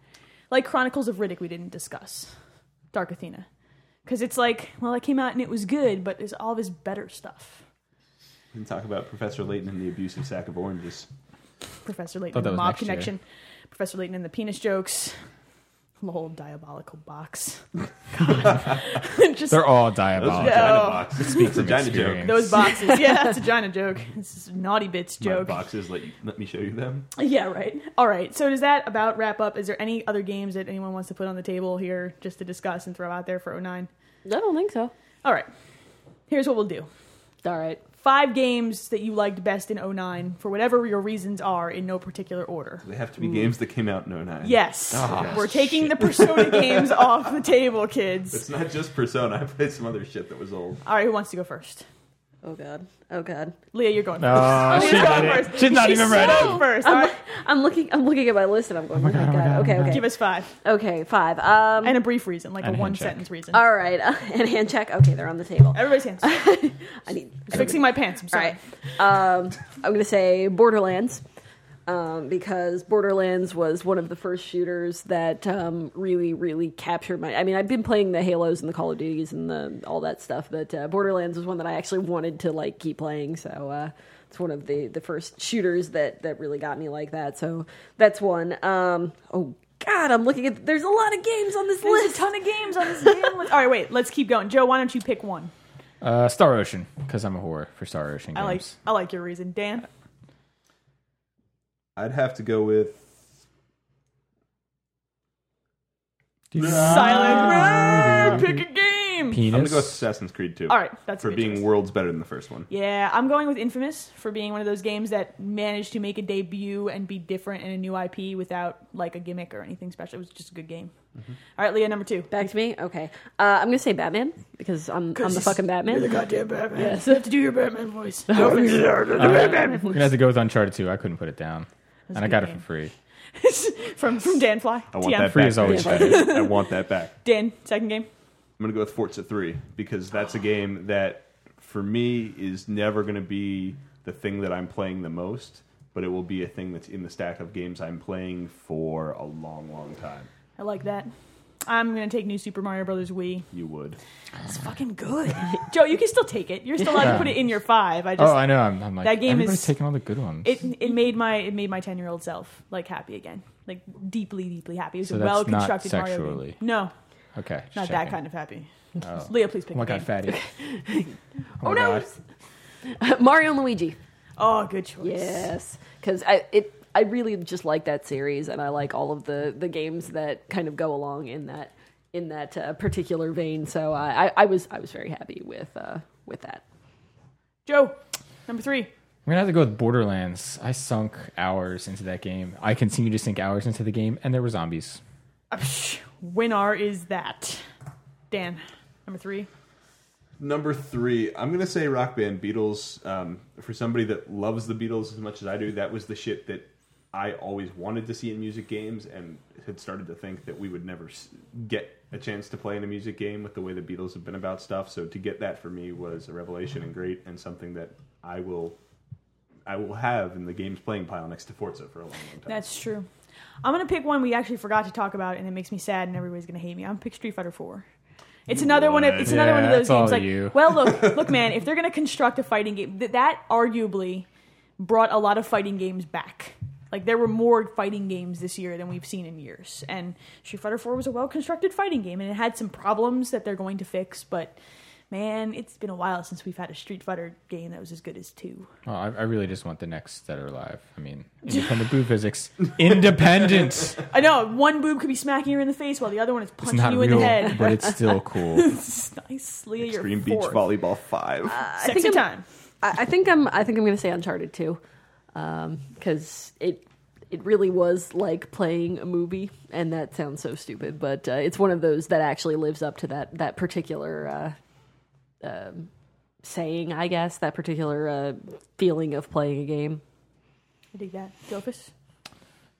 A: like chronicles of riddick we didn't discuss dark athena because it's like well that came out and it was good but there's all this better stuff
D: We can talk about Professor Layton and the abusive sack of oranges.
A: professor
C: Thought
A: layton
C: that
A: and the
C: was
A: mob
C: next year.
A: connection professor layton and the penis jokes the whole diabolical box God. just
C: They're all
D: Those
C: diabolical.
D: vagina
A: Oh.
D: boxes.
C: Speaks from
D: vagina
C: experience.
D: joke.
A: those boxes yeah that's a giant joke this is naughty bits
D: My
A: joke
D: boxes. Let you, let me show you them.
A: Yeah, right. All right. So does that about wrap up? Is there any other games that anyone wants to put on the table here just to discuss and throw out there for 09?
E: I don't think so.
A: All right. Here's what we'll do.
E: All right.
A: Five games that you liked best in 09 for whatever your reasons are in no particular order.
D: They have to be games that came out in
A: Mm.
D: 09.
A: Yes.
C: Ah,
A: We're taking the Persona games off the table, kids.
D: It's not just Persona. I played some other shit that was old.
A: All right, who wants to go first?
E: Oh god. Oh god.
A: Leah, you're going first.
C: Oh, she's
A: Leah's
C: not,
A: going
C: it.
A: first.
C: she's not
A: She's
C: even ready.
A: so first. All right,
E: I'm looking. I'm looking at my list, and I'm going. Oh my god. okay. Okay.
A: give us five.
E: okay. Five. Um.
A: And a brief reason, like a
C: And a hand
A: one
C: check.
A: sentence reason.
E: all right. and hand check. Okay, they're on the table.
A: Everybody's hands. I
E: I need.
A: was fixing my pants. I'm
E: All
A: sorry.
E: right. Um. I'm gonna say Borderlands. Um, because Borderlands was one of the first shooters that um, really, really captured my. I mean, I've been playing the Halos and the Call of Duties and the all that stuff, but uh, Borderlands was one that I actually wanted to like keep playing. So uh, it's one of the the first shooters that that really got me like that. So that's one. Um, oh God, I'm looking at. There's a lot of games on this
A: There's
E: list.
A: a ton of games on this game list. All right, wait. Let's keep going. Joe, why don't you pick one?
C: Uh, Star Ocean, because I'm a whore for Star Ocean
A: I
C: games.
A: like I like your reason, Dan.
D: I'd have to go with.
C: Uh,
A: Silent Red, pick a game.
C: penis.
D: I'm gonna go with Assassin's Creed 2.
A: All right, that's a
D: For
A: good
D: being
A: choice.
D: worlds better than the first one.
A: Yeah, I'm going with Infamous for being one of those games that managed to make a debut and be different in a new IP without like a gimmick or anything special. It was just a good game.
C: Mm-hmm.
A: All right, Leah, number two.
E: Back to me. Okay, uh, I'm gonna say Batman because I'm I'm the fucking Batman.
A: goddamn Batman. Yes, you have to do your Batman voice. Go for it.
C: We're Uh, gonna have to go with Uncharted 2. I couldn't put it down, and I
A: a
C: got
A: good
C: it
A: game.
C: for free.
A: from from Dan Fly.
D: I want
A: TM.
D: that
C: Free
D: back.
C: is always
D: better. I want that back.
A: Dan, second game.
D: I'm gonna go with Forza 3 because that's a game that, for me, is never gonna be the thing that I'm playing the most, but it will be a thing that's in the stack of games I'm playing for a long, long time.
A: I like that. I'm gonna take New Super Mario Brothers Wii.
D: You would.
A: It's fucking good. Joe, you can still take it. You're still allowed to
C: Yeah.
A: put it in your five. I just
C: Oh, I know. I'm, I'm like
A: That game
C: everybody's
A: is-
C: taking all the good ones.
A: it it made my it made my ten year old self like happy again, like deeply deeply happy. It was
C: So
A: a
C: that's
A: well
C: not
A: constructed Mario game.
C: sexually.
A: No,
C: okay, just
A: not
C: checking.
A: that kind of happy. Leah, please pick.
C: Oh my
A: a game.
C: god, fatty.
E: Oh, no, Mario and Luigi.
A: Oh, good choice.
E: Yes, because I it I really just like that series, and I like all of the the games that kind of go along in that in that uh, particular vein. So I, I I was I was very happy with uh, with that.
A: Joe, number three.
C: I'm gonna have to go with Borderlands. I sunk hours into that game. I continue to sink hours into the game, and there were zombies.
A: Apsh, Winner is that Dan. Number three.
D: Number three, I'm gonna say Rock Band Beatles. Um, for somebody that loves the Beatles as much as I do, that was the shit that I always wanted to see in music games, and had started to think that we would never s- get a chance to play in a music game with the way the Beatles have been about stuff. So to get that for me was a revelation and great, and something that I will, I will have in the games playing pile next to Forza for a long, long time.
A: That's true. I'm gonna pick one we actually forgot to talk about, and it makes me sad, and everybody's gonna hate me. I'm gonna pick Street Fighter Four It's another one. Of, it's another one of
C: Yeah,
A: those
C: it's all
A: games. Like,
C: you.
A: well, look, look, man. If they're gonna construct a fighting game, th- that arguably brought a lot of fighting games back. Like there were more fighting games this year than we've seen in years, and Street Fighter Four was a well-constructed fighting game, and it had some problems that they're going to fix. But man, it's been a while since we've had a Street Fighter game that was as good as two.
C: Well, I, I really just want the next Dead or Alive. I mean, independent boo physics. Independence.
A: I know one boob could be smacking you in the face while the other one is
C: It's
A: punching
C: not
A: you in
C: real,
A: the head.
C: but it's still cool.
A: Nicely, you're
D: Extreme Beach
A: fourth. Uh,
D: Volleyball 5.
A: Sexy
B: think I'm-
A: time.
B: I, I think I'm. I think I'm going to say Uncharted too, because it it really was like playing a movie, and that sounds so stupid, but uh, it's one of those that actually lives up to that that particular uh, um saying, I guess, that particular uh, feeling of playing a game.
A: I dig that. Dofus.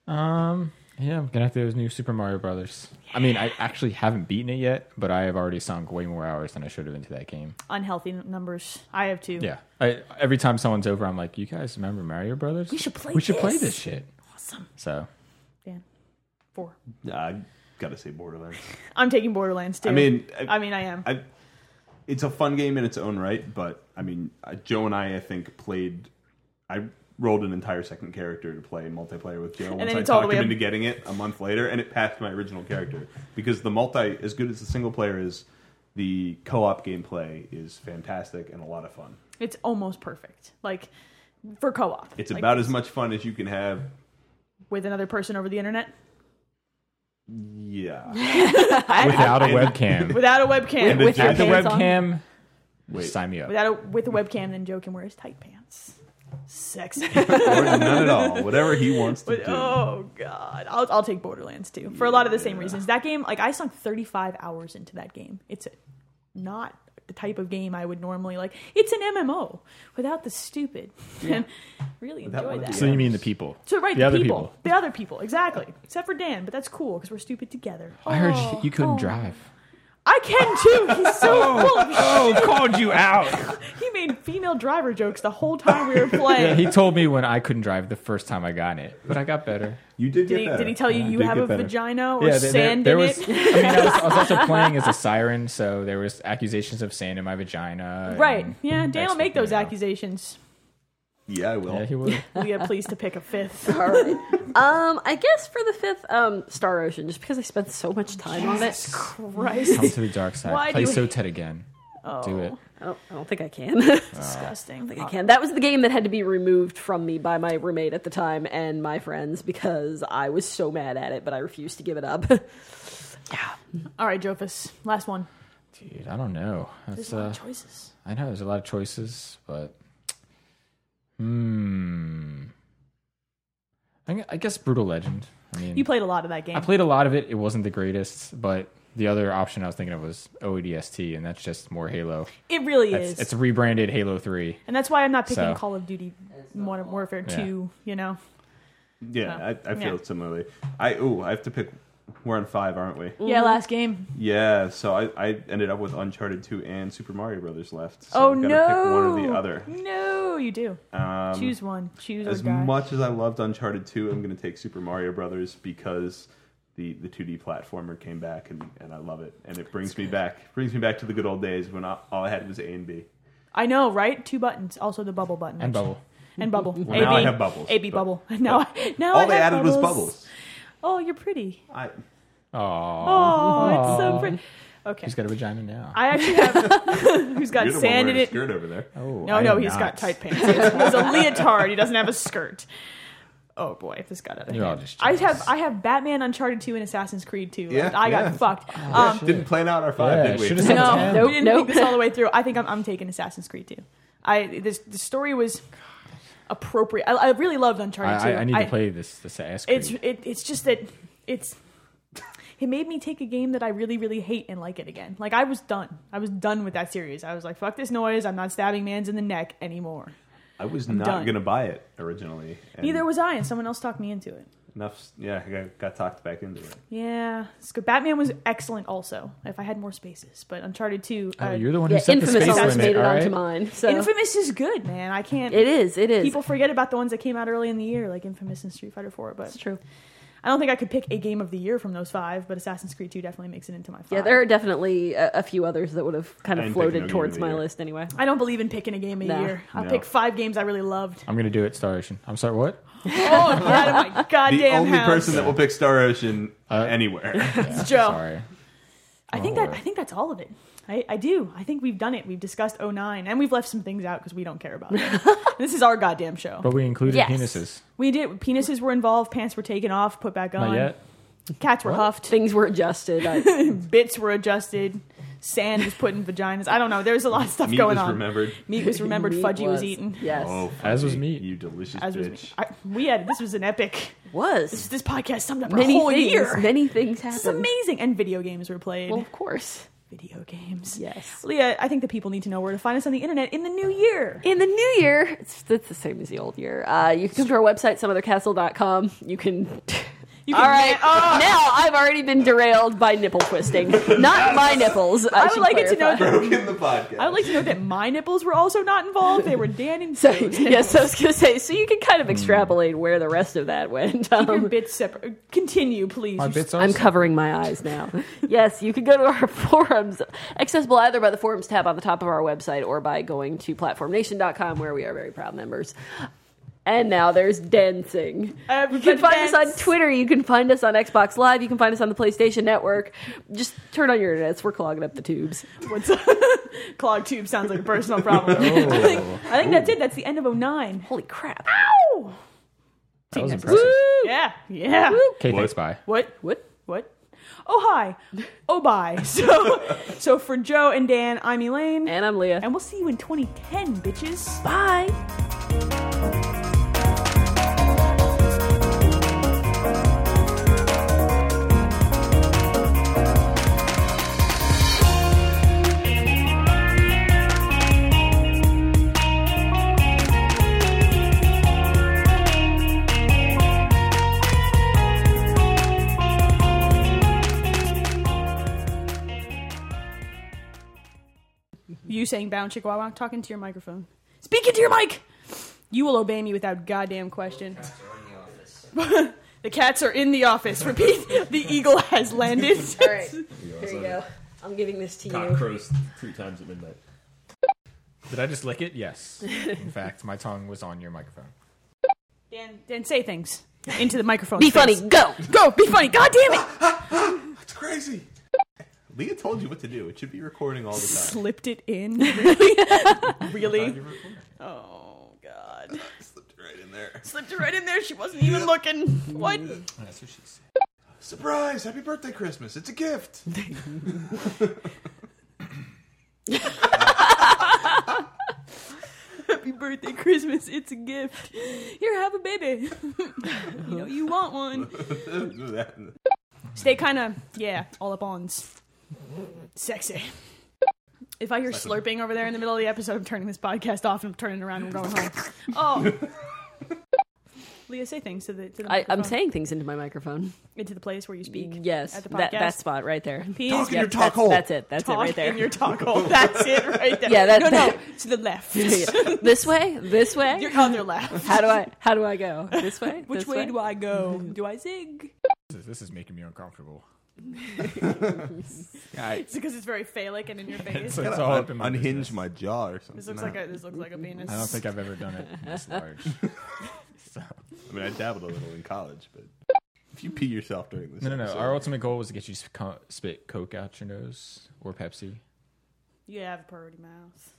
C: Um, yeah, I'm gonna have to those new Super Mario Brothers. I mean, I actually haven't beaten it yet, but I have already sunk way more hours than I should have into that game.
A: Unhealthy n- numbers. I have two.
C: Yeah, I, every time someone's over, I'm like, "You guys remember Mario Brothers? We
A: should play
C: We should play
A: this."
C: this shit."
A: Awesome.
C: So
A: Dan. Four.
D: I gotta say Borderlands.
A: I'm taking Borderlands too.
D: I mean,
A: I, mean, I am.
D: I, it's a fun game in its own right, but I mean, uh, Joe and I, I think, played. I rolled an entire second character to play in multiplayer with Joe. Once
A: then
D: I
A: it's all
D: talked
A: the way
D: him
A: up-
D: into getting it a month later, and it passed my original character because the multi, as good as the single player is, the co-op gameplay is fantastic and a lot of fun.
A: it's almost perfect. Like for co-op.
D: It's
A: Like,
D: about as much fun as you can have.
A: with another person over the internet
D: Yeah.
C: without a webcam,
A: without a webcam.
D: And the
A: With,
C: without the
D: Joe-
B: Pants on.
C: webcam,
D: Wait.
C: sign me up.
A: without a with a webcam, then Joe can wear his tight pants. Sexy.
D: or none at all. Whatever he wants to do.
A: But, oh god, I'll, I'll take Borderlands too for a lot of the same reasons. That game, like I sunk 35 hours into that game. It's not the type of game I would normally like. It's an MMO without the stupid, and really
D: Without
A: enjoy
D: one of
A: that.
D: the
C: so you mean the people?
A: So right,
C: the
A: the,
C: other
A: people,
C: people.
A: the other people, exactly. Except for Dan, but that's cool because we're stupid together.
C: I heard you, you
A: Oh.
C: couldn't drive.
A: I can too. He's so full of shit.
C: Oh, called you out.
A: He made female driver jokes the whole time we were playing.
C: he told me when I couldn't drive the first time I got it, but I got better.
D: You did,
A: did,
D: get
A: he,
D: better.
A: did he tell you
D: Yeah,
A: you
D: did
A: have
D: get
A: a
D: better.
A: vagina or
C: there-
A: sand
C: there,
A: in
C: was.
A: it?
C: I mean, I was, I was also playing as a siren, so there was accusations of sand in my vagina. and
A: Right. Yeah, Dan
C: next
A: will make
C: thing
A: those
C: you know.
A: accusations.
D: Yeah, I will.
C: Yeah, he would.
A: Leah, please to pick a fifth.
B: All right. um, I guess for the fifth, um, Star Ocean, just because I spent so much time on it.
A: Christ.
C: Come to the dark side.
A: Why
C: Play
A: do we- Oh.
C: Sotet again. Do it.
B: I don't, I don't think I can.
A: Disgusting. Uh,
B: I can. That was the game that had to be removed from me by my roommate at the time and my friends because I was so mad at it, but I refused to give it up.
A: All right, Jophis. Last one.
C: Dude, I don't know.
A: There's
C: That's,
A: a lot
C: uh,
A: of choices.
C: I know there's a lot of choices, but hmm. I gu- I guess brutal legend. I mean,
A: You played a lot of that game.
C: I played a lot of it. It wasn't the greatest, but the other option I was thinking of was E OEDST, and that's just more Halo.
A: it really is.
C: It's, it's rebranded Halo Three.
A: and that's why I'm not picking
C: So.
A: Call of Duty Modern Warfare
C: Yeah.
A: 2, you know?
D: Yeah, I, I feel
A: yeah.
D: similarly. I oh, I have to pick. We're on five, aren't we?
A: Yeah, last game.
D: Yeah. So I, I ended up with Uncharted Two and Super Mario Brothers left. So
A: oh,
D: I've
A: no. Oh
D: gotta Pick one or the other.
A: No, you do.
D: Um,
A: Choose one. Choose
D: as
A: or die.
D: much as I loved Uncharted Two, I'm going to take Super Mario Brothers because the the 2D platformer came back and, and I love it, and it brings me back brings me back to the good old days when I, all I had was A and B.
A: I know, right? Two buttons. Also the bubble button.
C: And Bubble.
A: And bubble.
D: Well, now I have bubbles,
A: A B
D: but-
A: bubble. Now, I, now Oh, I
D: all they
A: have
D: added
A: bubbles.
D: was bubbles.
A: Oh, you're pretty.
D: I,
C: Oh,
A: Oh, it's so pretty. Okay.
C: he's got a vagina now.
A: I actually have. who's got
D: you're the one
A: sand in
D: wearing a
A: it?
D: skirt over there.
C: oh,
A: No,
C: I
A: no,
C: am
A: he's got
C: not.
A: tight pants. It's a leotard. He doesn't have a skirt. Oh boy, if this got out of
C: You're all
A: hand.
C: just
A: I have I have Batman, Uncharted two, and Assassin's Creed two.
D: Yeah,
A: I got
D: yeah.
A: fucked. Um,
D: Didn't plan out our five,
C: Yeah,
D: did we?
C: should've said
A: no,
C: Damn.
A: we didn't
B: Nope,
A: think this all the way through. I think I'm, I'm taking Assassin's Creed 2. I this the story was appropriate. I, I really loved Uncharted
C: I,
A: 2.
C: I, I need to play this. This ass.
A: It's it, it's just that it's it made me take a game that I really really hate and like it again. Like I was done. I was done with that series. I was like, fuck this noise. I'm not stabbing mans in the neck anymore.
D: I was not
A: done.
D: going to buy it originally. and
A: Neither was I, and someone else talked me into it.
D: enough. Yeah, I got, got talked back into it.
A: Yeah, it's good. Batman was excellent. Also, if I had more spaces, but Uncharted Two,
C: oh,
A: uh,
C: you're the one who
B: yeah,
C: set the
B: Infamous
C: space
B: almost
C: limit.
B: made it
C: all
B: onto
C: right?
B: mine. So
A: Infamous is good, man. I can't.
B: it is. It is.
A: People forget about the ones that came out early in the year, like Infamous and Street Fighter Four. But
B: it's true.
A: I don't think I could pick a game of the year from those five, but Assassin's Creed 2 definitely makes it into my five.
E: Yeah, there are definitely a, a few others that would have kind
D: I
E: of
D: didn't pick no
E: floated
D: game
E: towards
D: of the
E: my
D: year.
E: list anyway.
A: I don't believe in picking a game a
E: No.
A: year. I'll
D: No.
A: pick five games I really loved.
C: I'm gonna do it, Star Ocean. I'm sorry, what?
A: Oh, get out of my goddamn
D: the only
A: house.
D: person that will pick Star Ocean
C: Uh,
D: anywhere.
A: It's Joe.
C: Sorry.
D: Oh.
A: I think that I think that's all of it. I, I do. I think we've done it. We've discussed 09, and we've left some things out because we don't care about them. this is our goddamn show.
C: But we included
J: Yes.
C: penises.
A: we did. Penises were involved. Pants were taken off, put back on.
C: Not yet.
A: Cats were huffed.
E: Things were adjusted. I,
A: Bits were adjusted. Sand was put in vaginas. I don't know. There's a lot of stuff
D: Meat
A: going
D: was
A: on.
D: remembered.
A: Meat was remembered.
E: meat
A: Fudgy was, eaten.
E: Yes.
D: Oh,
C: As was
D: Fuzzy,
C: meat.
D: You delicious
A: As was
D: bitch.
A: me. I, we had this was an epic.
E: Was.
A: This podcast summed up
E: Many
A: our whole
E: things,
A: year.
E: many things
A: It's
E: happened.
A: amazing. And video games were played.
E: Well, of course.
A: video games.
E: Yes.
A: Leah, I think the people need to know where to find us on the internet in the new year.
E: In the new year, it's, it's the same as the old year. Uh, you can come to our website, someothercastle.com. You can.
A: You uh,
E: All right. Now I've already been derailed by nipple twisting. Not my nipples. I,
A: I would
E: should
A: like it to
E: clarify.
A: know. That,
D: Broken the podcast.
A: I would like to know that my nipples were also not involved. They were Dan and
E: So,
A: Joe's nipples.
E: yes, I was going to say, so you can kind of extrapolate where the rest of that went.
A: Your
E: Um,
A: bits separate. Continue, please.
C: My
A: You
C: bits are.
E: I'm covering my eyes now. yes, you can go to our forums, accessible either by the forums tab on the top of our website or by going to platformnation.com, where we are very proud members. And now there's dancing. You
A: Everybody
E: can find us on
A: dance.
E: Twitter. You can find us on Xbox Live. You can find us on the PlayStation Network. Just turn on your internets. We're clogging up the tubes.
A: What's clogged tube sounds like a personal problem.
C: Oh.
A: I think, I think that's it. That's the end of 09.
E: Holy crap.
A: Ow!
C: that was
A: next.
C: impressive.
A: Yeah, yeah.
C: Okay, thanks. Bye.
A: What?
E: What?
A: What? Oh, hi. Oh, bye. So, so for Joe and Dan, I'm Elaine.
E: And I'm Leah.
A: and we'll see you in 2010, bitches.
E: Bye.
A: You saying bound chihuahua, talking to your microphone. Speak into your mic! You will obey me without goddamn question. the cats are in the office. Repeat, the eagle has landed.
E: All right. Here you go. I'm giving this to you.
K: crows three times at midnight.
C: Did I just lick it? Yes. In fact, my tongue was on your microphone.
A: Dan, Dan, say things into the microphone.
E: Be
A: space.
E: funny. Go.
A: Go, be funny. God damn it!
D: It's crazy. Leah told you what to do. It should be recording all the time.
A: Slipped it in. Really? really? Oh, God.
D: Slipped it right in there.
A: Slipped it right in there. She wasn't even looking. What?
C: That's what she said.
D: Surprise! Happy birthday, Christmas! It's a gift.
A: Happy birthday, Christmas. It's a gift. Here, have a baby. you know, you want one. Stay kind of, yeah, all up on sexy. If I hear slurping over there in the middle of the episode, I'm turning this podcast off and I'm turning around and going home. Oh. Leah, say things to the, to the
E: I, I'm
A: microphone.
E: saying things into my microphone.
A: into the place where you speak.
E: Yes,
A: At the
E: that,
A: podcast.
E: that spot right there.
A: Please
D: Talk in your talk
E: that's,
D: hole.
E: that's it. That's
A: talk
E: it right there.
A: in your talk hole. That's it right there.
E: Yeah, that-
A: no, no,
E: that-
A: to the left.
E: Yeah. this way, this way.
A: your other left.
E: How do I? How do I go? This way.
A: Which
E: this
A: way, do I go? Do I zig?
C: This is, this is making me uncomfortable.
A: It's because it's very phallic and in your face.
C: So it's all up in my
D: Unhinge
C: business.
D: my jaw or something.
A: This looks like a this looks like a penis.
C: I don't think I've ever done it this large.
D: I mean, I dabbled a little in college, but if you pee yourself during this,
C: No, no, no.
D: episode-
C: Our ultimate goal was to get you to sp- co- spit Coke out your nose or Pepsi.
A: You have a purdy mouth.